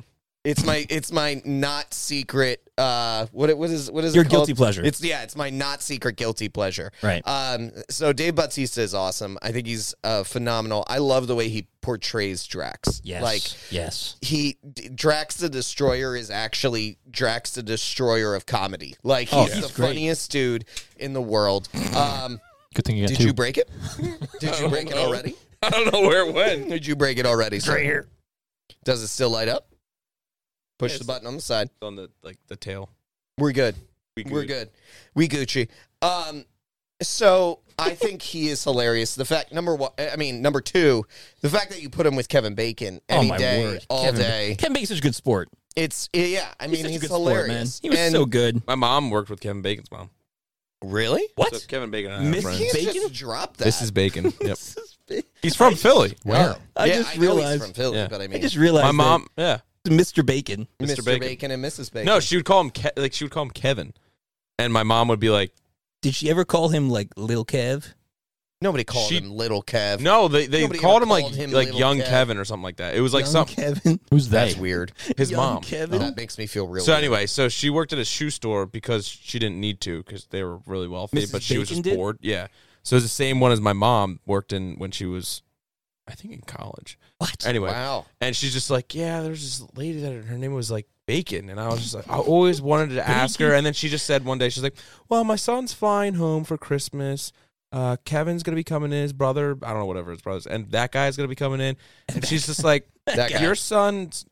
It's my it's my not secret. Uh, what it- what is what is it
Your
called?
guilty pleasure.
It's yeah, it's my not secret guilty pleasure.
Right.
Um. So Dave Bautista is awesome. I think he's uh, phenomenal. I love the way he portrays Drax.
Yes.
Like
yes.
he D- Drax the Destroyer is actually Drax the Destroyer of comedy. Like he's
Oh,
the
he's great.
funniest dude in
[CLEARS THROAT]
the world. Um,
Good thing you
did
got two.
you
[LAUGHS]
break it? Did you break it
Oh.
already?
[LAUGHS] I don't know where it went.
Did you break it already? Sir? here. Does it still light up? Push the
Yes.
button on the side.
On the like the tail.
We're good. We're good. We Gucci. Um, so I think he is hilarious. The fact number one, I mean number two, the fact that you put him with Kevin Bacon any
oh my
day,
word.
all
Kevin,
day.
Kevin Bacon's such a good sport.
It's yeah. I mean,
such a
he's,
good sport, man.
hilarious.
He was
And-
so good.
My mom worked with Kevin Bacon's mom.
Really?
What?
So Kevin Bacon and I are
Miss
friends.
He's
Bacon?
just dropped that.
This is Bacon. Yep. [LAUGHS] He's from Philly.
wow.
I
yeah,
just
I know he's
realized-
from Philly,
Yeah.
but I mean,
I just realized
My mom. Yeah.
that Mr. Bacon.
Mr.
Mr.
Bacon.
Bacon.
and Mrs. Bacon.
No, she would call him Ke- like she would call him Kevin, and my mom would be like,
Did she ever call him like Lil Kev?
nobody called
She-
him Little Kev.
"No, they they
Nobody
called
ever
him like
called him
like
Little
Young
Kev.
Kevin or something like that." It was like
Young
some
Kevin.
Who's they?
that's weird.
his
Young
mom.
Kevin.
That makes me feel real.
So
weird.
anyway, so she worked at a shoe store because she didn't need to because they were really wealthy,
Mrs.
but she was
Bacon
just
did?
bored. Yeah, so it's the same one as my mom worked in when she was, I think, in college.
What?
Anyway,
wow.
and she's just like, "Yeah, there's this lady that her name was like Bacon," and I was just like, I always wanted to ask her, and then she just said one day, she's like, "Well, my son's flying home for Christmas." Uh, Kevin's gonna be coming in. His brother, I don't know, whatever his brother's, and that guy's gonna be coming in. And she's
[LAUGHS]
just like,
That guy.
"Your son's,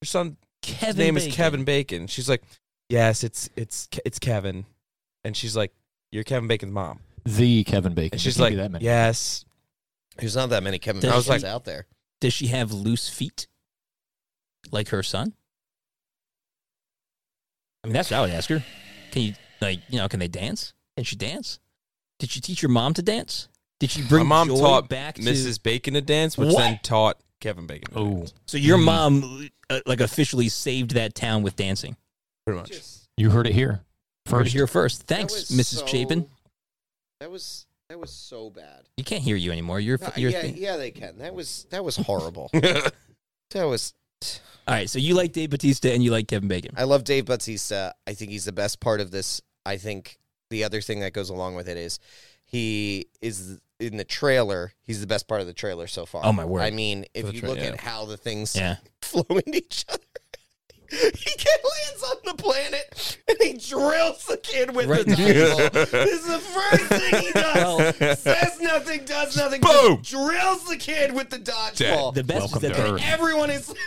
your son
Kevin
his name
Bacon.
is Kevin Bacon. She's like, yes, it's it's Ke- it's Kevin, and she's like, you're Kevin Bacon's mom,
The Kevin Bacon.
and
It
she's
can't
like,
be that many.
yes,
There's not that many Kevin
Does
Bacon's
she-
out there.
Does she have loose feet? Like her son? I mean, that's what I would ask her. Can you, like, you know, can they dance? Can she dance? Did she teach your mom to dance? Did she
my
bring
mom
joy
taught
back to-
Mrs. Bacon to dance, which
What?
then taught Kevin Bacon. to
Oh,
dance,
So your mom, uh, like, officially saved that town with dancing.
pretty much.
you heard it here
Heard it
first.
here first. Thanks,
That was
Mrs.
so-
Chapin.
That was that was so bad.
You can't hear you anymore. You're,
No,
you're
yeah, yeah, they can. That was that was horrible.
[LAUGHS] I
that was.
all right. So you like Dave Batista and you like Kevin Bacon.
I love Dave Bautista. I think he's the best part of this. I think the other thing that goes along with it is he is in the trailer. He's the best part of the trailer so far.
Oh, my word.
I mean, if
the
you
tra-
look
yeah.
at how the things
Yeah.
[LAUGHS] flow into each other. [LAUGHS] He get- lands on the planet and he drills the kid with
[LAUGHS] Right.
the dice ball. This is the first thing
[LAUGHS]
he does.
Well-
Says nothing, does nothing.
Boom!
just Drills the kid with the dodgeball.
The best
Welcome
is
to
that
Earth.
they,
Everyone is like,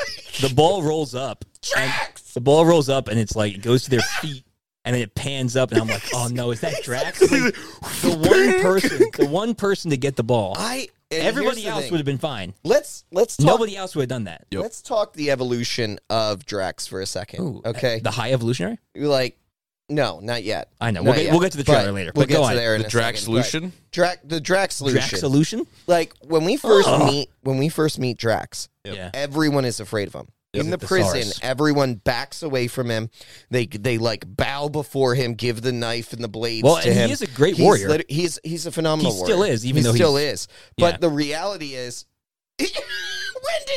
the
[LAUGHS]
ball rolls up. and-
Drax!
The ball rolls up and it's like it goes to their feet and then it pans up and I'm like, oh no, is that Drax?
[LAUGHS]
Like, the one person, the one person to get the ball.
I. and here's
Everybody
the
else
thing.
would have been fine.
Let's let's talk.
Nobody else would have done that.
Yep.
Let's talk the evolution of Drax for a second.
Ooh,
okay,
The high evolutionary.
You're like no, not yet.
I know.
Not
We'll get-
yet.
we'll get to the trailer
But
later,
We'll
but
get
go
to
on.
there in
The
a
Drax
second, but
solution?
Drax the Drax solution.
Drax solution.
like when we first
Ugh.
meet when we first meet Drax,
Yep.
Yeah.
everyone is afraid of him. In the
The
prison,
SARS.
everyone backs away from him. They they like bow before him, give the knife and the blades
Well,
to
and he
him.
is a great
He's
warrior.
lit- he's he's a phenomenal
He
warrior.
still is, even
he
though he's-
still is. But
Yeah.
the reality is, [LAUGHS] when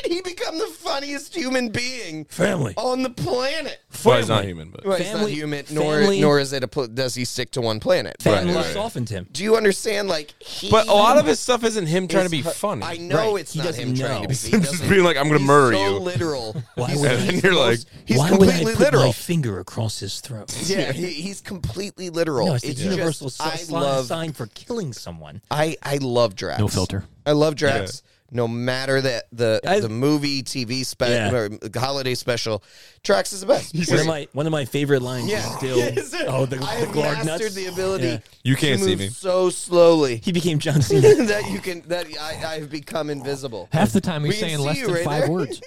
did he become the funniest human being
Family.
on the planet?
Well, he's not human, but
Well, he's not
Family-
human, nor
family-
nor is it a pl- does he stick to one planet?
Family
But,
right.
softened him.
do you understand? Like, he
but a lot of his stuff isn't him trying to be
is-
funny.
I know
Right.
it's
He
not
doesn't
him
know.
trying to be. he
[LAUGHS] Just
doesn't-
being like, I'm gonna
he's
murder
so
you.
literal.
[LAUGHS] Why
He's-
would
And
I-
then you're like,
He's
Why would I
completely
put
literal.
my finger across his throat?
Yeah, he, he's completely literal.
No, it's a
just-
universal so-
I
sign-
love.
sign for killing someone.
I I love Drax.
No filter.
I love Drax. no matter that the
I-
the movie, TV
Yeah.
special, or holiday special, Trax is the best.
One of my one of my favorite lines
[LAUGHS] yeah,
is still
Yes.
oh the, the
I have
Glog
mastered
nuts.
the ability.
Yeah.
You
to
can't see
move
me.
so slowly [LAUGHS]
He became John Cena.
that you can that I, I have become invisible.
Half the time
We
he's
can
saying
see
less
you
than
right
five
there. [LAUGHS]
words.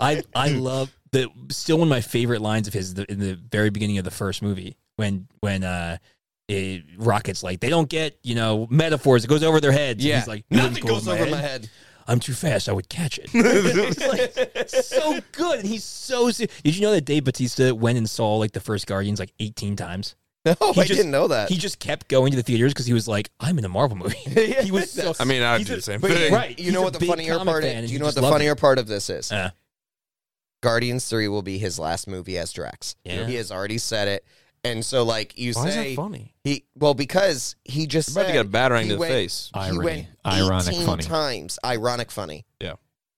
I I love the still one of my favorite lines of his the, in the very beginning of the first movie when when uh it, Rocket's like they don't get you know metaphors it goes over their heads
Yeah,
he's like
nothing
"Nothing
goes over my
head.
head. [LAUGHS]
I'm too fast I would catch it
[LAUGHS]
it's like so good and he's so se- did you know that Dave Batista went and saw like the first Guardians like 18 times
No, I
He just-
didn't know that.
Uh,
he just kept going to the theaters because he was like I'm in a Marvel
[LAUGHS]
movie he
[LAUGHS]
was so
I mean, I would
He's
do
a-
the same
But
thing.
you,
Right.
you
He's
know
a
what the
big
funnier
comic
part
fan, and
is?
he
You know what
just
the
loved
funnier part of this is?
Uh.
Guardians 3 will be his last movie as Drax.
Yeah.
He has already said it. And so, like, you
Why is
say.
that funny?
He well because he just
You're about to
said
get a battering
he
to the
went-
face.
he
Irony.
went
Ironic
18
funny.
times. Ironic funny.
Yeah.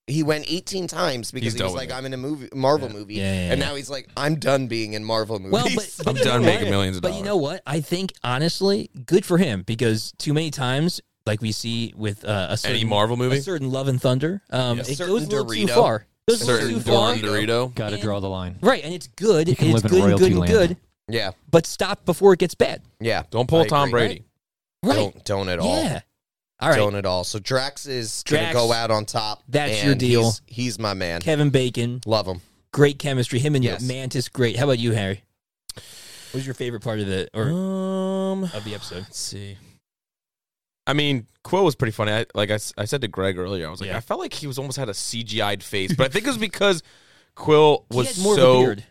He went 18 times because
He's
he
done
was
with
like,
it.
"I'm in a movie, Marvel
Yeah.
movie,"
Yeah, yeah,
and
yeah.
now he's like, "I'm done being in Marvel movies."
Well, but, but
I'm
you
done
know
making
what?
millions of
But you know what? I think honestly, good for him because too many times, like we see with uh, a certain
Any Marvel movie?
a certain Love and Thunder, um, it
Certain
goes a little too
Dorito.
far. Goes a little
Certain
too
Dorn
far.
Dorito.
Got to
And-
draw
[LAUGHS]
the line.
Right, and it's good.
You
and
can
It's
live in
good and good and
royalty
good,
land.
[LAUGHS] yeah,
but stop before it gets bad.
yeah.
Don't pull
I
Tom
agree.
Brady.
Right?
Don't don't at all.
Yeah. All right.
Don't at all. So Drax is
Drax,
gonna go out on top.
that's your
and
deal.
He's, he's my man.
Kevin Bacon,
Love him.
great chemistry. Him and
Yes.
Mantis, great. How about you, Harry? What was your favorite part of the or
Um,
of the episode?
Let's see. I mean, Quill was pretty funny. I, like I, s- I said to Greg earlier, I was like,
Yeah.
I felt like he was almost had a CGI'd face, but I think it was because Quill
[LAUGHS] He
was
had more
so
of a beard.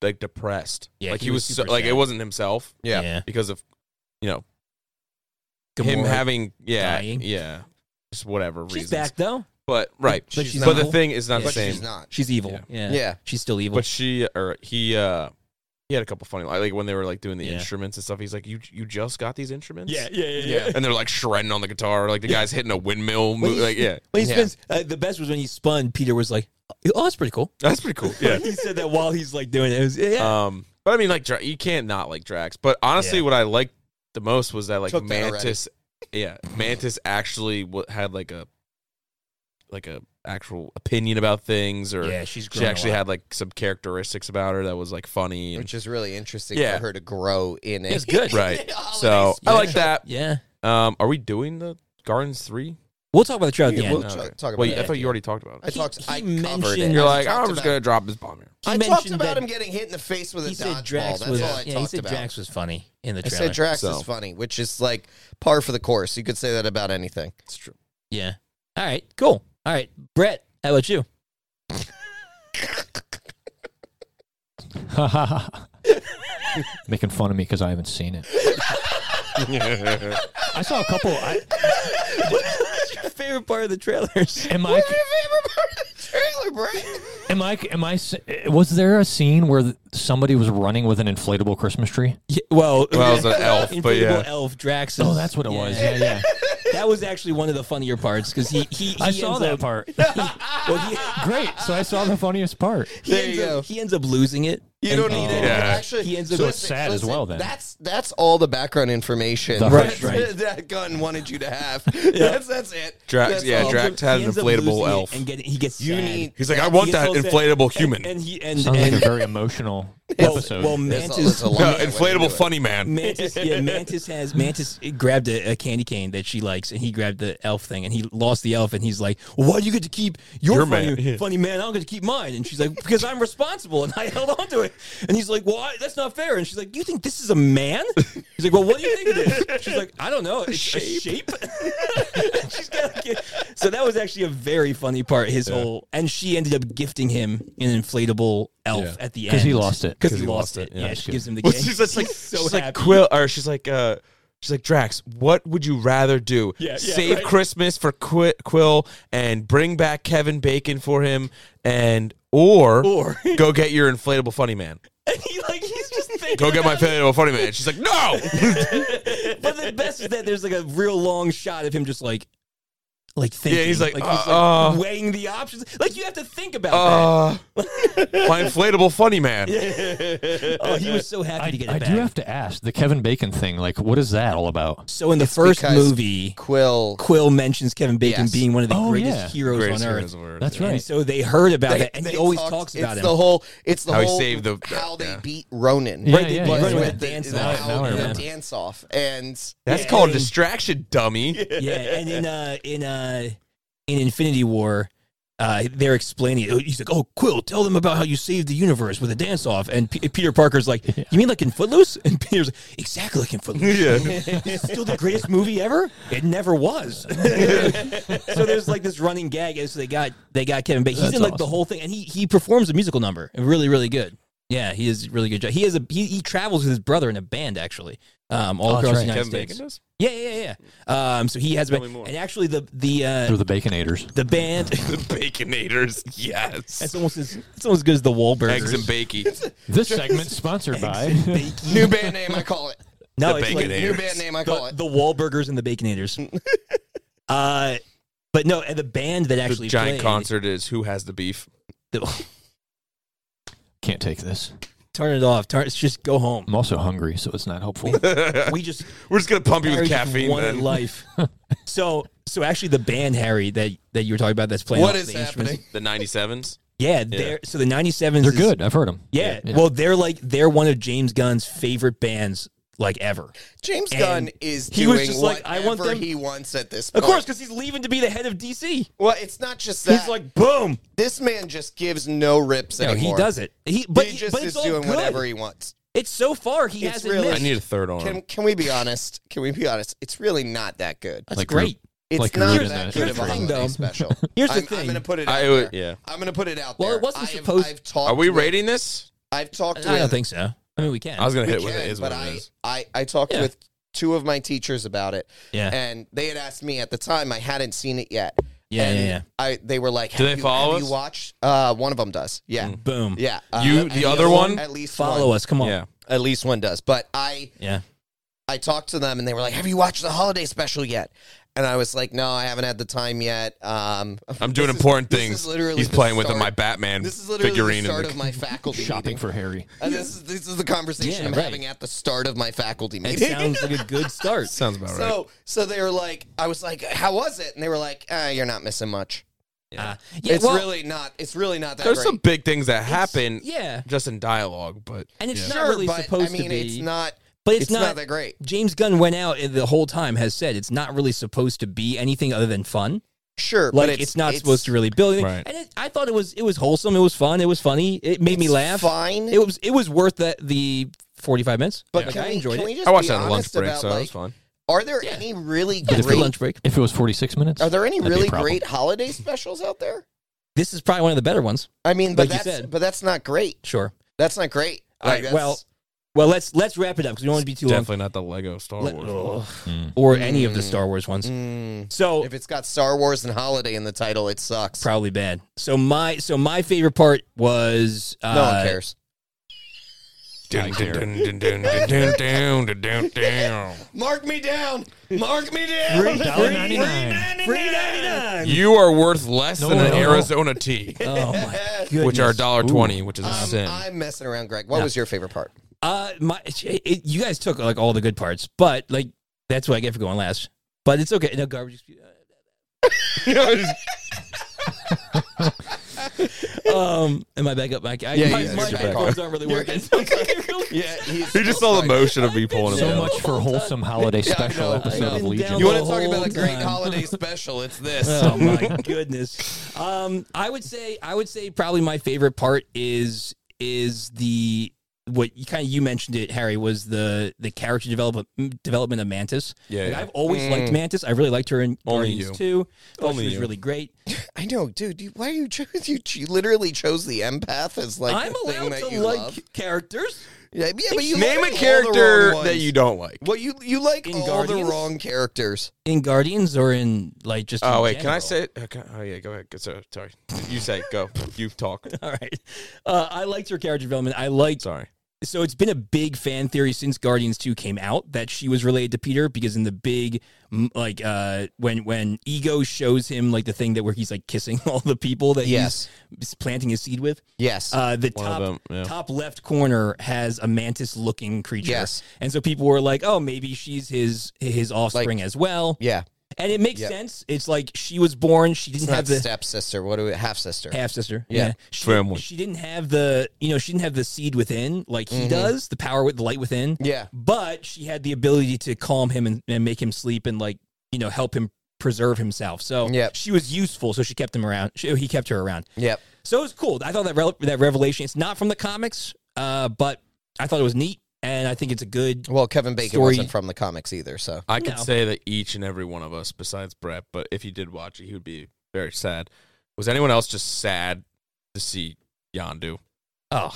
like depressed.
Yeah,
like
he
he,
was
was, so,
super
like
sad.
it wasn't himself
Yeah.
because of him
Gamora.
having yeah
dying.
yeah just whatever
She's
reasons.
back though.
But right,
But
but,
she's
the
not.
thing is not
Yeah.
the
But
same.
she's not.
She's evil.
Yeah.
Yeah.
Yeah.
She's still evil. [LAUGHS]
But she or he uh he had a couple funny like when they were like doing the
Yeah.
instruments and stuff. He's like, you you just got these instruments.
yeah, yeah, yeah, yeah.
[LAUGHS]
Yeah.
and they're like shredding on the guitar, like the guy's hitting a windmill.
When
Move,
he-
like yeah,
When he
Yeah.
spins, uh, the best was when he spun. Peter was like, "Oh, that's pretty cool."
that's pretty cool.
[LAUGHS]
Yeah.
he said that while he's like doing it. It was yeah,
Um, but I mean, like Dra- you can't not like Drax. But honestly,
Yeah.
what I liked the most was that like
Took that already.
Mantis. yeah, Mantis actually w- had like a like a actual opinion about things, or
yeah. She's
Uh, she actually had like some characteristics about her that was like funny. And,
Which is really interesting
Yeah.
for her to grow in it.
It's good.
right.
Holiday
so I like that.
[LAUGHS] Yeah,
Um, are we doing the Gardens three?
we'll talk about the trout at the
Yeah,
end.
we'll
No,
t-
okay.
talk about
Well,
it
I
at
thought
the
you already talked about.
I
it.
He-
talked.
he
I covered
mentioned-
it.
You're
I
like,
talked
I'm just
about-
gonna drop this bomb here.
He
I talked
mentioned
about
that-
him getting hit in the face with a
He said
dodgeball.
Drax
That's
was.
all I
yeah, he
talked
said
about.
Drax was funny in the
I
trailer.
said Drax
So.
is funny, which is like par for the course. You could say that about anything. [LAUGHS]
It's true.
yeah. All right. Cool. All right, Brett. How about
[LAUGHS]
you?
Making fun of me because I haven't seen it. I saw a couple. I,
What's your favorite part of the [LAUGHS] trailers?
am I?
favorite part of the trailer, Brett?
Am I? Am I? s- Was there a scene where somebody was running with an inflatable Christmas tree?
well,
Well, I was an elf, but
Inflatable
yeah.
elf Drax. Is,
Oh, that's what it was. Yeah, yeah.
That was actually one of the funnier parts because he, he, he
I saw
ends
that
up-
part.
Well, he,
Great. So I saw the funniest part.
he
[LAUGHS] There
ends
you
up,
go.
He ends up losing it.
You
And-
don't need it.
Yeah.
Actually,
He ends up-
So it's sad as well, then.
that's that's all the background information.
The
Right,
that,
right.
[LAUGHS] that gun wanted you
[LAUGHS]
to have. That's that's it.
Drax,
That's
yeah,
all.
Drax-
He
had an
ends up
inflatable
losing it
elf.
and getting, he gets
You
sad.
need
He's like, I want
He gets
that
all sad.
inflatable human.
and, and he and,
Sounds like a
and
very emotional
well,
episode.
well
That's all-
Mantis
that's a lot
no,
of that way to do
inflatable
it.
funny man. [LAUGHS]
Mantis yeah Mantis has Mantis grabbed a, a candy cane that she likes and he grabbed the elf thing and he lost the elf and he's like well, why do you get to keep your,
Your
funny,
man, yeah.
funny man I don't get to keep mine and she's like because I'm responsible and I held on to it and he's like well I, that's not fair and she's like you think this is a man he's like well what do you think it is she's like I don't know it's a shape [LAUGHS] She's got a kid. so that was actually a very funny part. His whole and she ended up gifting him an inflatable elf
Yeah.
at the end
'Cause he lost it.
because he, lost, it. Yeah, she gives him the
Well,
gift.
she's just like,
so
she's
happy.
like Quill, or she's like, uh, she's like Drax. What would you rather do?
Yeah, yeah,
Save
right.
Christmas for Qui- Quill and bring back Kevin Bacon for him, and or
Or-
go get your inflatable funny man.
[LAUGHS] and he like he's
[LAUGHS]
just thinking.
Go get my
about it.
inflatable funny man. She's like, no. [LAUGHS]
But the best is that there's like a real long shot of him just like. like thinking.
he's like,
he's,
uh,
weighing the options. Like you have to think about
Uh, my inflatable funny man.
that. Oh, he was so happy
I,
to get it
I
back.
do have to ask the Kevin Bacon thing. Like, what is that all about?
so in the first
because-
movie,
Quill.
Quill mentions Kevin Bacon
Yes.
being one of the
Oh,
greatest
yeah.
heroes
Greatest
on
heroes
earth.
of Earth.
That's
Yeah.
right.
And so they heard about that, and
they
he always
talked-
talks about
it's
him.
the whole. It's the
How he
whole
saved the-
how they
yeah.
beat Ronan.
Yeah,
Right, they-
yeah,
right,
yeah.
with
with
the
the,
dance
the-
off.
how
Now I
the
remember.
dance off
[LAUGHS]
and
That's
Yeah,
called
and-
distraction, dummy.
yeah, and in uh, in uh, in Infinity War, uh, they're explaining it. He's like, "Oh, Quill, tell them about how you saved the universe with a dance off." And P- Peter Parker's like,
[LAUGHS]
"You mean like in Footloose?" And Peter's like, "Exactly like in Footloose. [LAUGHS] It's still the greatest movie ever. It never was." [LAUGHS] so there's like this running gag as they got they got Kevin Bacon. He's in
That's
like the
awesome.
whole thing, and he he performs a musical number. Really, really good. Yeah, he is really good. job. He has a he, he travels with his brother in a band actually, um, all
Oh, that's
across
right.
the United
Kevin
States.
Bacon does?
Yeah, yeah, yeah. Um, so he has
Tell
been,
me more.
and actually the the uh,
They're the Baconators.
the
[LAUGHS]
band. [LAUGHS]
The Baconators, yes.
That's almost as it's almost as good as the Wahlburgers. [LAUGHS]
Eggs and bacon.
This segment's sponsored by. [LAUGHS]
new band name I call it.
no,
the
it's like
Baconators.
New band name I call
the,
it.
the Wahlburgers and the
[LAUGHS]
Baconators. uh, but no, and the band that
The
actually
giant
played,
concert is who has the beef.
the-
Can't take this.
turn it off. Turn, just go home.
I'm also hungry, so it's not helpful.
We
[LAUGHS]
just
We're just gonna pump you
Harry
with
just
caffeine.
wanted
Then. [LAUGHS]
life. So so actually, the band Harry that that you were talking about that's playing
What
all
is
the instruments.
happening?
The '97s.
Yeah, they're so the '97s.
They're
is-
good. I've heard them.
Yeah. Well, they're like they're one of James Gunn's favorite bands like ever.
James
And
Gunn is
he
doing
was just like,
whatever
I want them-
he wants at this
Of
point.
course, because he's leaving to be the head of DC.
Well, it's not just that.
He's like, boom.
this man just gives no rips
No,
anymore.
he does it. He, but,
he
he-
just
but
is
it's all
doing
good.
whatever he wants.
It's so far he
It's
hasn't
really-
missed.
I need a third arm.
Can can we be honest? Can we be honest? It's really not that good.
That's
Like,
great.
It's
like
not
Rude
that
is
good
not
of
good
a
for
him,
holiday
though. [LAUGHS]
special.
Here's the
I'm,
thing.
I'm gonna put it. Out
I would-
there.
yeah.
I'm gonna put it out
Well,
there.
it wasn't
I've-
supposed-
I've talked.
Are we
with-
rating this?
I've talked.
I don't
with-
think so. I mean, we can.
I was gonna
we
hit with it.
can,
Is
but
what
I,
it is.
I I talked
Yeah.
with two of my teachers about it,
yeah.
and they had asked me at the time. I hadn't seen it yet.
Yeah,
and
yeah, yeah.
I they were like,
Do
"Have
they
you-
follow
have
us? Mm.
You watched? Uh, one of them does. Yeah,
Boom.
yeah. Uh,
You-
and
the other one?
At least
Follow
one,
us. Come on. Yeah.
Yeah.
At least one does. But I [LAUGHS]
Yeah.
I talked to them and they were like, "Have you watched the holiday special yet?" And I was like, "No, I haven't had the time yet."
[LAUGHS]
Um,
I'm
this
doing
is-
important
this
things.
is literally
He's
the
playing with
start-
my Batman
This is literally
figurine.
the start
and the-
[LAUGHS]
of my faculty
Shopping
meeting.
for Harry.
And this is this is the conversation
Yeah,
I'm
right.
having at the start of my faculty
It
meeting.
sounds like a good start.
Sounds about
[LAUGHS]
right.
so so they were like, I was like, "How was it?" And they were like, ah, "You're not missing much.
Uh, yeah,
it's
well,
really not. It's really not that
There's
great."
some big things that happen
Yeah.
just in dialogue, but
And it's
yeah.
not
sure,
really
but
supposed
I mean,
to be.
it's not.
but
It's, not, that great.
James Gunn went out and the whole time has said it's not really supposed to be anything other than fun.
Sure,
Like
but
it's, not supposed to really build anything.
Right.
And it, I thought it was it was wholesome. It was fun. It was funny. It made me
it's
laugh.
Fine.
It was it was worth that the forty five minutes.
but
Like,
can
I
we,
enjoyed
can
it.
we just
I watched
be
that on lunch
honest
break,
about
so
like,
it was fun.
are there
Yeah.
any really
But if
great?
the lunch break,
If it was 46 minutes,
Are there any
That'd be a
really
problem.
great holiday specials out there?
this is probably one of the better ones.
I mean, but
Like you
that's
said.
but that's not great.
Sure.
That's not great.
All right.
Like,
well,
that's-
well, let's let's wrap it up because we don't want to be too long.
definitely not the Lego Star
Let-
Wars.
ugh.
Mm.
or any of the
Mm.
Star Wars ones.
mm,
So
if it's got Star Wars and holiday in the title, it sucks.
probably bad. So my so my favorite part was uh,
no one cares.
Dun, dun, dun, dun, dun, dun, dun, dun, dun, dun, [LAUGHS] dun.
Mark me [LAUGHS] down. Mark me down.
$3.99.
Free 99.
You are worth less
No,
than an
no, no.
Arizona [LAUGHS] tea,
[LAUGHS]
Oh my goodness.
which are dollar twenty, which is a
I'm,
sin. [LAUGHS]
I'm messing around, Greg. What was your favorite part?
Uh, my it, it- you guys took like all the good parts, but like that's what I get for going last. But it's okay. No garbage. Um, am I back up, Mike? I,
Yeah,
my,
yeah,
my
you're back
headphones aren't really working. [LAUGHS]
Yeah, he's
He just saw the motion of me pulling him
So
down.
much for wholesome holiday special
know.
episode
I've
of
been
Legion.
down
You want to
The
talk about
whole
a great
time.
[LAUGHS] holiday special? It's this.
Oh my goodness. Um, I would say I would say probably my favorite part is is the what you kind of you mentioned it, Harry, was the the character development development of Mantis.
Yeah,
Like,
yeah.
I've always
Mm.
liked Mantis. I really liked her in
Only
Guardians Two. Only
Only
she was
you.
really great.
I know, dude. You, why you [LAUGHS] chose you, you literally chose the empath as like
I'm
the thing
allowed
that
to
you
like
love.
characters.
Yeah, yeah, but you
Name
like all
a
the
character
wrong ones.
that you don't like.
Well, you you like
In
all
Guardians?
the wrong characters.
In Guardians or in like just in
Oh wait, can I
general? [LAUGHS]
say? it? Okay. Oh yeah, go ahead. Go- so- Sorry, you say. it. Go. You talk.
all right. Uh, I liked her character development. I liked
Sorry.
so it's been a big fan theory since Guardians 2 came out that she was related to Peter because in the big m- like uh when when Ego shows him like the thing that where he's like kissing [LAUGHS] all the people that
Yes.
he's planting his seed with
Yes.
uh the
One of
top
them, yeah.
top left corner has a mantis looking creature
Yes.
and so people were like oh maybe she's his his offspring as well
yeah.
and it makes
Yep.
sense it's like she was born she didn't
It's
have
not
the
stepsister. What do we half sister?
half sister.
Yeah.
She,
Family.
she didn't have the you know, she didn't have the seed within like
Mm-hmm.
he does, the power with the light within.
Yeah.
But she had the ability to calm him and, and make him sleep and like, you know, help him preserve himself. So
Yep.
she was useful, so she kept him around. She, he kept her around.
Yep.
So it was cool. I thought that rel that revelation it's not from the comics, uh, but I thought it was neat and I think it's a good
Well, Kevin Bacon
Story-
wasn't from the comics either, so
I could
No.
say that each and every one of us, besides Brett, but if he did watch it, he would be very sad. Was anyone else just sad to see Yondu?
oh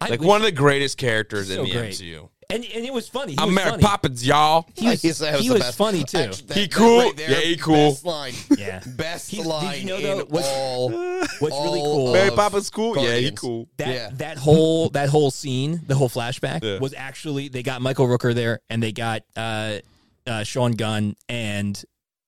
I
Like
wish-
one of the greatest characters
So
in the
great.
MCU.
and, and it was funny. He
I'm
was
Mary
funny.
Poppins, y'all.
[LAUGHS] He
[LAUGHS]
was,
Yes, that
he
the
was
best.
funny too.
Actually, that-
He
that
cool?
right there,
Yeah, he cool.
[LAUGHS]
Best line.
yeah.
Best
He- did you
line
know,
in
though, what's-
all.
What's really
all
cool
of
Mary Poppins cool? Yeah, he
Guardians.
cool.
That
Yeah.
that whole that whole scene, the whole flashback
Yeah.
was actually they got Michael Rooker there and they got uh, uh, Sean Gunn and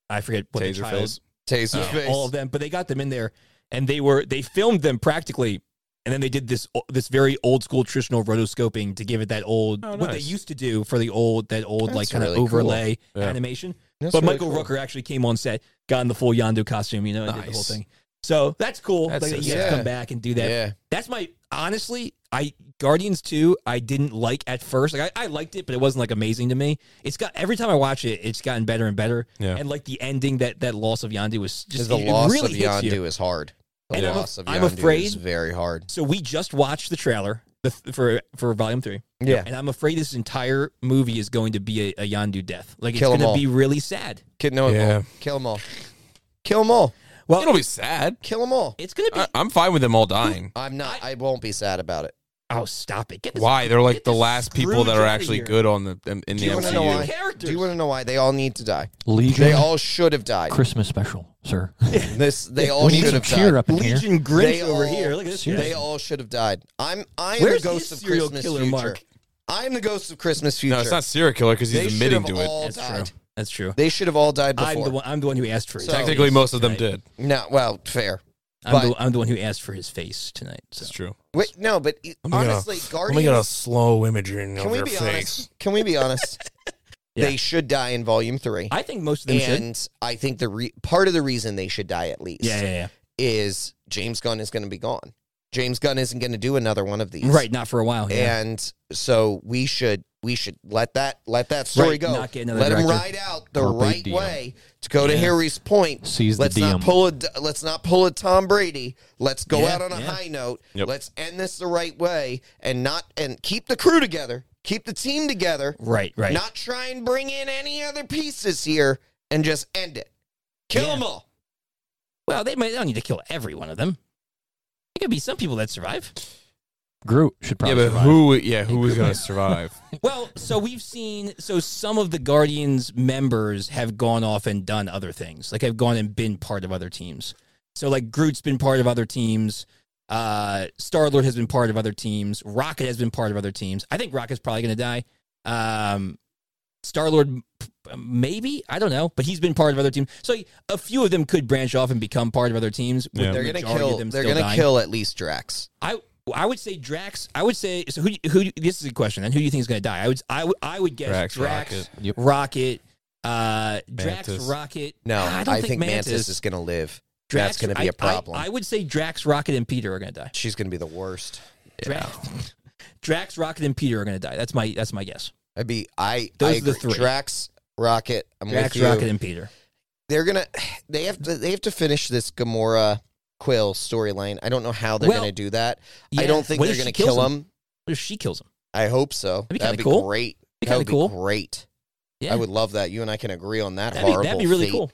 I forget what the child,
Taserface.
Taser
yeah,
face.
all of them, but they got them in there and they were they filmed them practically. And then they did this this very old school traditional rotoscoping to give it that old
Oh,
what they
nice.
used to do for the old that old like
That's
kind
really
of
cool.
overlay
Yeah.
animation.
That's
but
really
Michael
cool.
Rooker actually came on set, got in the full Yondu costume, you know, and did the whole
Nice.
thing. So that's cool.
That's
like,
so
that you guys
sick.
come back and do that.
Yeah.
That's my honestly, I Guardians 2, I didn't like at first. Like I, I liked it, but it wasn't like amazing to me. It's got every time I watch it, it's gotten better and better.
Yeah.
And like the ending that that loss of Yandu was just
the
it,
loss
it really
of
hits
Yondu
you.
is hard. The
And I'm a-
loss of
I'm
Yondu
afraid-
is very hard.
So we just watched the trailer the, th- for for volume 3.
Yeah.
And I'm afraid this entire movie is going to be a, a Yandu death. Like
Kill 'em
it's going
all.
to be really sad.
Kid, no, yeah.
Yeah.
all. Kill them all. Kill them all.
Well,
It'll be sad.
Kill them all.
it's going to be
I, I'm fine with them all dying.
I'm not. I, won't be sad about it.
Oh, stop it. Get this
Why? They're like
get
the
this
last people
Scrooge
that are
outta
actually
here.
good on the in the
you wanna
know
MCU.
why?
characters.
Do you want to know why they all need to die?
Legion.
They all should have died.
Christmas special, sir.
This they all
we need
should
some
have
cheer
died.
up in here.
Legion Grinch
They
over
all-
here. Look at this. guy.
They all should have died. I'm. I am
Where's
the ghost
his
of
serial
Christmas
killer,
future.
Mark?
I am the ghost of Christmas future.
No, it's not serial killer because
They
he's
should
admitting
have
to it.
all
That's
died.
true. That's true.
They should have all died
I'm
before.
the one. I'm the one who asked for his.
So-
Technically,
face
most of them
tonight.
did.
No, well, fair.
I'm,
but-
the, I'm the one who asked for his face tonight. So.
It's true.
Wait, no, but e-
Let me get a-
honestly,
Let me get a
Guardians.
slow imaging
Can
of
we
your
be
face.
honest? Can we be honest?
[LAUGHS] Yeah.
They should die in Volume Three.
I think most of them should.
and I think the re- part of the reason they should die at least
Yeah, yeah,
is James Gunn is going to be gone. James Gunn isn't going to do another one of these,
yeah. Right, not for a while. Yeah.
And so we should we should let that let that story
Right,
go.
not get another
let him
director.
ride out the
Carpe
right
diem.
way to go to
Yeah.
Harry's point.
Seize the
let's
diem.
not pull a D- let's not pull a Tom Brady. Let's go
Yeah,
out on a
yeah.
high note.
Yep.
Let's end this the right way and not and keep the crew together. Keep the team together
right, right.
not try and bring in any other pieces here and just end it. Kill
Yeah.
them all.
well, they might. They don't need to kill every one of them. There could be some people that survive.
Groot should
Yeah,
probably
but
survive.
who? Yeah, who is gonna survive?
Well, so we've seen. So some of the Guardians members have gone off and done other things, like have gone and been part of other teams. So like Groot's been part of other teams. Uh, Star Lord has been part of other teams. Rocket has been part of other teams. I think Rocket's probably going to die. Um, Star Lord, maybe I don't know, but he's been part of other teams. So a few of them could branch off and become part of other teams. with
Yeah.
the
They're gonna
majority of
kill.
them
They're
still
gonna
dying.
kill at least Drax.
I I would say Drax. I would say so. Who do you- who? do you- This is a question. And who do you think is going to die? I would I would I would guess Drax,
Drax,
Rocket,
Rocket.
Yep.
uh, Drax,
Mantis.
Rocket.
No,
Ah,
I,
I don't
think, Mantis. is gonna live. That's gonna be
a
a problem.
I, I would say Drax, Rocket, and Peter are going to die.
She's gonna be the worst.
Drax, [LAUGHS] Drax, Rocket, and Peter are going to die. That's my that's my guess.
I'd be. I.
Those
I
are the
agree.
three.
Drax, Rocket. I'm
Drax,
with you.
Rocket, and Peter.
they're gonna. They have to. They have to finish this Gamora Quill storyline. I don't know how they're
Well,
gonna do that.
yeah.
I don't think
What
they're
if she
gonna
kills
kill
him?
him.
What if she kills him?
I hope so.
That'd be kinda
That'd be
cool.
great.
Be
That
kinda
would be
cool.
great.
Yeah.
I would love that. You and I can agree on that.
That'd be,
horrible
that'd be really
fate.
cool.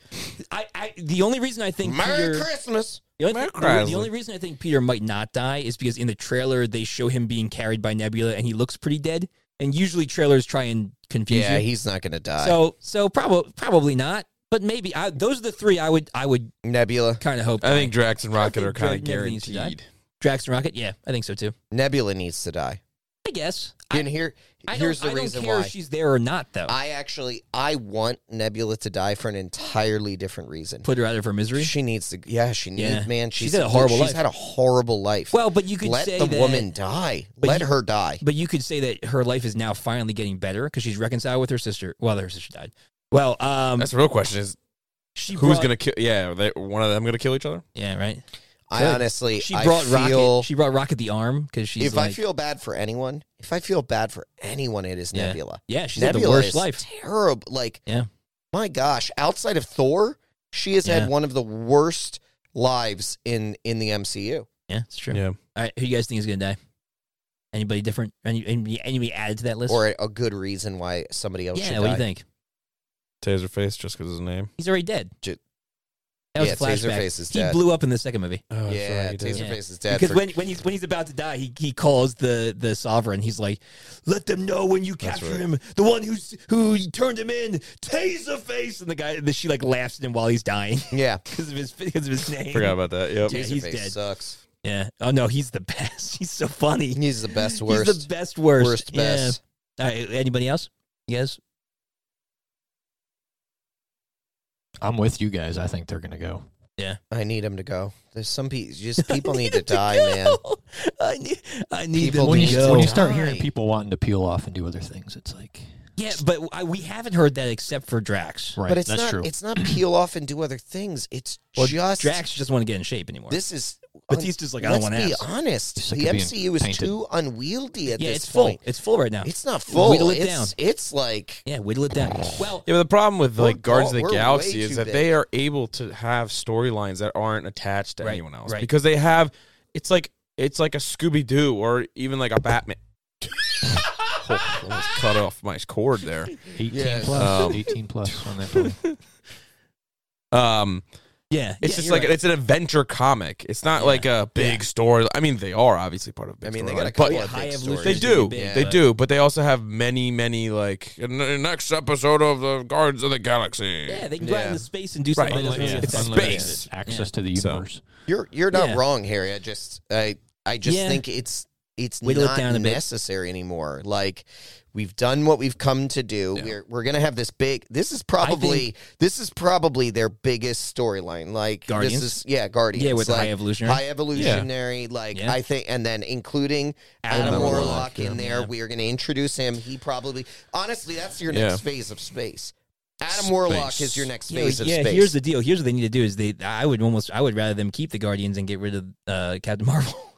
I, I the only reason I think
Merry
Peter,
Christmas.
The only,
Matt
the- the
Kreisler.
only reason I think Peter might not die is because in the trailer they show him being carried by Nebula and he looks pretty dead. And usually trailers try and confuse
Yeah,
you.
he's not going to die.
so so probably probably not, but maybe I, those are the three I would I would
Nebula,
kind of hope.
I think Drax and Rocket
think
are kind
Drax
of
never needs to die.
guaranteed.
Drax and Rocket, yeah, I think so too.
Nebula needs to die.
I guess.
And here,
I
here's
don't,
the
I don't
reason
care
why.
if she's there or not, though.
I actually, I want Nebula to die for an entirely different reason.
Put her out there for misery.
She needs to. Yeah, she needs.
Yeah.
Man,
She's
she's,
had a horrible
She's
life.
had a horrible life.
Well, but you could
let
say
the
that,
woman die. Let
you-
her die.
But you could say that her life is now finally getting better because she's reconciled with her sister. Well, her sister died. Well, um,
That's the real question: is
she
who's
brought-
gonna kill? Yeah, are they, one of them gonna kill each other.
Yeah, right.
I
Good.
honestly,
She
I
brought
feel.
Rocket. She brought Rocket the arm because she's
if
like,
I feel bad for anyone, if I feel bad for anyone, it is
Yeah.
Nebula.
yeah, she's had
Nebula
the worst
is
life.
terrible. Like,
Yeah.
my gosh, outside of Thor, she has
Yeah.
had one of the worst lives in in the MCU.
Yeah, it's true. All right, who you guys think is gonna die? Anybody different? Any, anybody, anybody added to that list?
Or a, a good reason why somebody else should
yeah, what do
die.
you think?
Taserface, just because his name.
He's already dead.
Ju-
That was
yeah,
a flashback.
Taserface is
he
dead.
blew up in the second movie
Oh,
yeah, Taserface
Yeah.
is dead.
because
for-
when, when he's when he's about to die, he, he calls the the sovereign. He's like, "Let them know when you
That's
capture
right.
him, the one who's who turned him in, Taserface." And the guy, and she like laughs at him while he's dying [LAUGHS]
yeah,
because of his because of his name.
Forgot about that. Yep.
Yeah, he's
Taserface
dead.
Sucks.
Yeah. Oh no, he's the best. [LAUGHS] He's so funny.
He's the best.
[LAUGHS]
Worst.
He's the best worst.
Worst best.
Yeah. All right, anybody else? [LAUGHS] Yes.
I'm with you guys. I think they're gonna go.
I need him to go. There's some people.
[LAUGHS]
Just people need to die, man.
I need. I need
People
them
When
to
you,
need
go.
when you start
Why?
hearing people wanting to peel off and do other things, it's like
yeah, but I, we haven't heard that except for Drax.
right.
But it's
that's
not.
true.
It's not peel off and do other things. It's
[CLEARS THROAT] Well,
just
Drax just want to get in shape anymore.
This is.
Batista's like, I don't
let's
want
be
abs.
honest.
He's sick
The
of being
MCU is
painted.
too unwieldy at
yeah,
this
it's full.
point.
It's full right now.
It's not full.
Whittle it
it's,
down.
It's like
yeah, whittle
[SIGHS]
it down. Well,
Yeah, but the problem with
We're
like Guardians of
all-
the
we're
Galaxy
way
is
too
that
big.
they are able to have storylines that aren't attached to
Right,
anyone else
right.
because they have. It's like it's like a Scooby Doo or even like a Batman. [LAUGHS] Oh, almost cut off my cord there.
18
Yes.
plus.
Um,
18 plus on that one.
Um,
yeah,
it's
yeah,
just
you're
like
right.
it's an adventure comic. It's not like a big story. I mean, they are obviously part of. A big
I mean, they
storyline,
got a
but
couple
Oh, yeah,
of
high
big
evolution.
stories.
They
It's
do.
gonna be big,
they
but-
do, but they also have many, many like in the next episode of the Guardians of the Galaxy.
yeah, they can go out
Yeah.
into space and do
Right.
something. that doesn't
Unlimited-
really
It's
affect
unlimited
space.
Access to the
So-
universe.
You're you're not
Yeah.
wrong, Harry. I just I I just
Yeah.
think it's it's
Whittle it
not
down a bit.
necessary anymore. Like we've done what we've come to do.
Yeah.
We're we're gonna have this big. This is probably this is probably their biggest storyline. Like
Guardians?
This is yeah, Guardians.
Yeah, with the
like,
high evolutionary.
High evolutionary, like
Yeah.
I think, and then including
Adam
Adam,
Warlock,
Warlock,
yeah.
in there,
Yeah.
we are going to introduce him. He probably, honestly, that's your
Yeah.
next phase of space. Adam Warlock
Space.
is your next
Yeah,
phase of
yeah,
space.
here's the deal. Here's what they need to do is they. I would almost. I would rather them keep the Guardians and get rid of uh, Captain Marvel. [LAUGHS]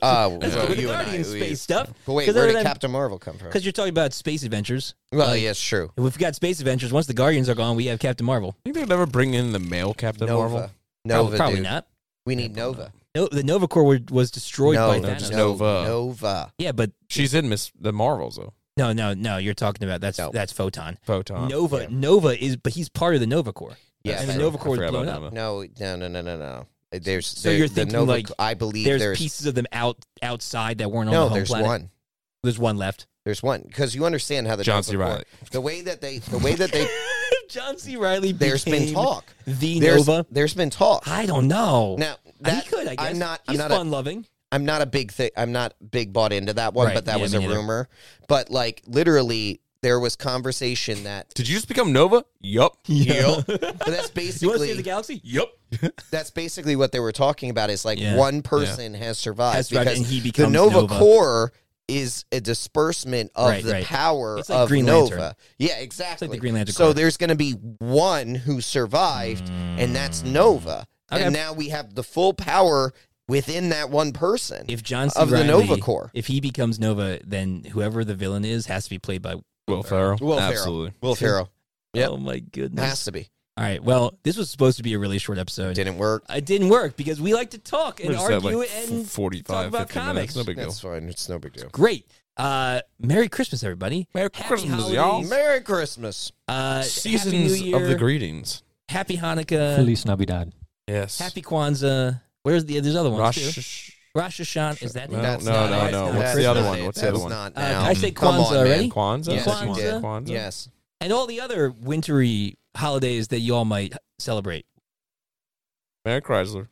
Uh,
Let's
well,
go with the
you and I,
Guardians
we-
space stuff.
But wait,
'Cause
where
other
did
than-
Captain Marvel come from?
Because you're talking about space adventures.
Well,
like-
yes, true.
If we've got space adventures, once the Guardians are gone, we have Captain Marvel.
think they'll never bring in the male Captain
Nova.
Marvel.
Nova,
probably, probably
dude.
not.
We need Nova.
No, the Nova Corps were, was destroyed
no,
by
no,
Thanos.
just Nova.
Nova. Nova.
Yeah, but
She's in Miss the Marvels though.
no, no, no. You're talking about that's
No. Uh-huh.
that's Photon.
Photon.
Nova,
yeah.
Nova is, but he's part of the Nova Corps.
Yeah,
and the
but-
Nova
I
Corps is
forgot
blown
about
up.
Nova.
No, no, no, no, no, no. There's
So
there-
you're
the
thinking,
Nova,
like,
I believe
There's,
there's
pieces of them out outside that weren't on
no,
the home
there's
planet.
one.
There's one left.
There's one because you understand how the
John
Nova
C.
Corps-
Reilly.
the way that they the way that
[LAUGHS]
they
John C. Riley.
there's been
became
talk.
The
There's,
Nova.
there's been talk.
I don't know.
Now
he
that
could. I guess.
am not. I'm
He's
not.
fun
A,
loving.
I'm not a big thing. I'm not big bought into that one.
Right,
But that
yeah,
was
me
a
neither.
rumor. But like literally, there was conversation that.
Did you just become Nova? Yup.
[LAUGHS]
Yup. but
You
that's
want to save the
basically
galaxy?
Yup.
that's basically what they were talking about. Is like
Yeah.
one person has survived
Has survived
because
and he
the
becomes
Nova,
Nova.
Core is a disbursement of
Right,
the
right.
power
It's like
of
Green
Nova.
Lantern.
Yeah, exactly.
Green Lantern
so
Corps.
there's going to be one who survived, and that's
Mm.
Nova.
Okay.
And now we have the full power within that one person.
If John C.
Of the
Reilly-
Nova Corps.
if he becomes Nova, then whoever the villain is has to be played by.
Will Ferrell.
Will Ferrell.
Absolutely.
Will Ferrell Yep.
Oh my goodness!
has to be.
All right. Well, this was supposed to be a really short episode.
Didn't work.
It didn't work because we like to talk
We're
and
just at,
argue
like, f-
and
45,
about
50
comics.
minutes. No big deal.
That's fine. It's no big deal.
great. Uh, Merry Christmas, everybody.
Merry
Happy
Christmas, y'all.
holidays.
Merry Christmas.
Uh,
Seasons
Happy New
of the
Year.
greetings.
Happy Hanukkah.
Feliz Navidad.
Yes.
Happy Kwanzaa. Where's the? There's other ones too.
Rosh.
Rosh Hashanah. Is that?
No,
it?
That's
no,
not
no,
it.
That's
no.
not
What's
it.
That's
the other
not
one?
it.
What's the other
That's
one?
not
Uh,
now.
I say
Come
Kwanzaa
on, man.
already?
Kwanzaa.
Yes,
Kwanzaa.
Kwanzaa. Kwanzaa.
Yes.
and all the other wintry holidays that you all might celebrate.
Merry Chrysler.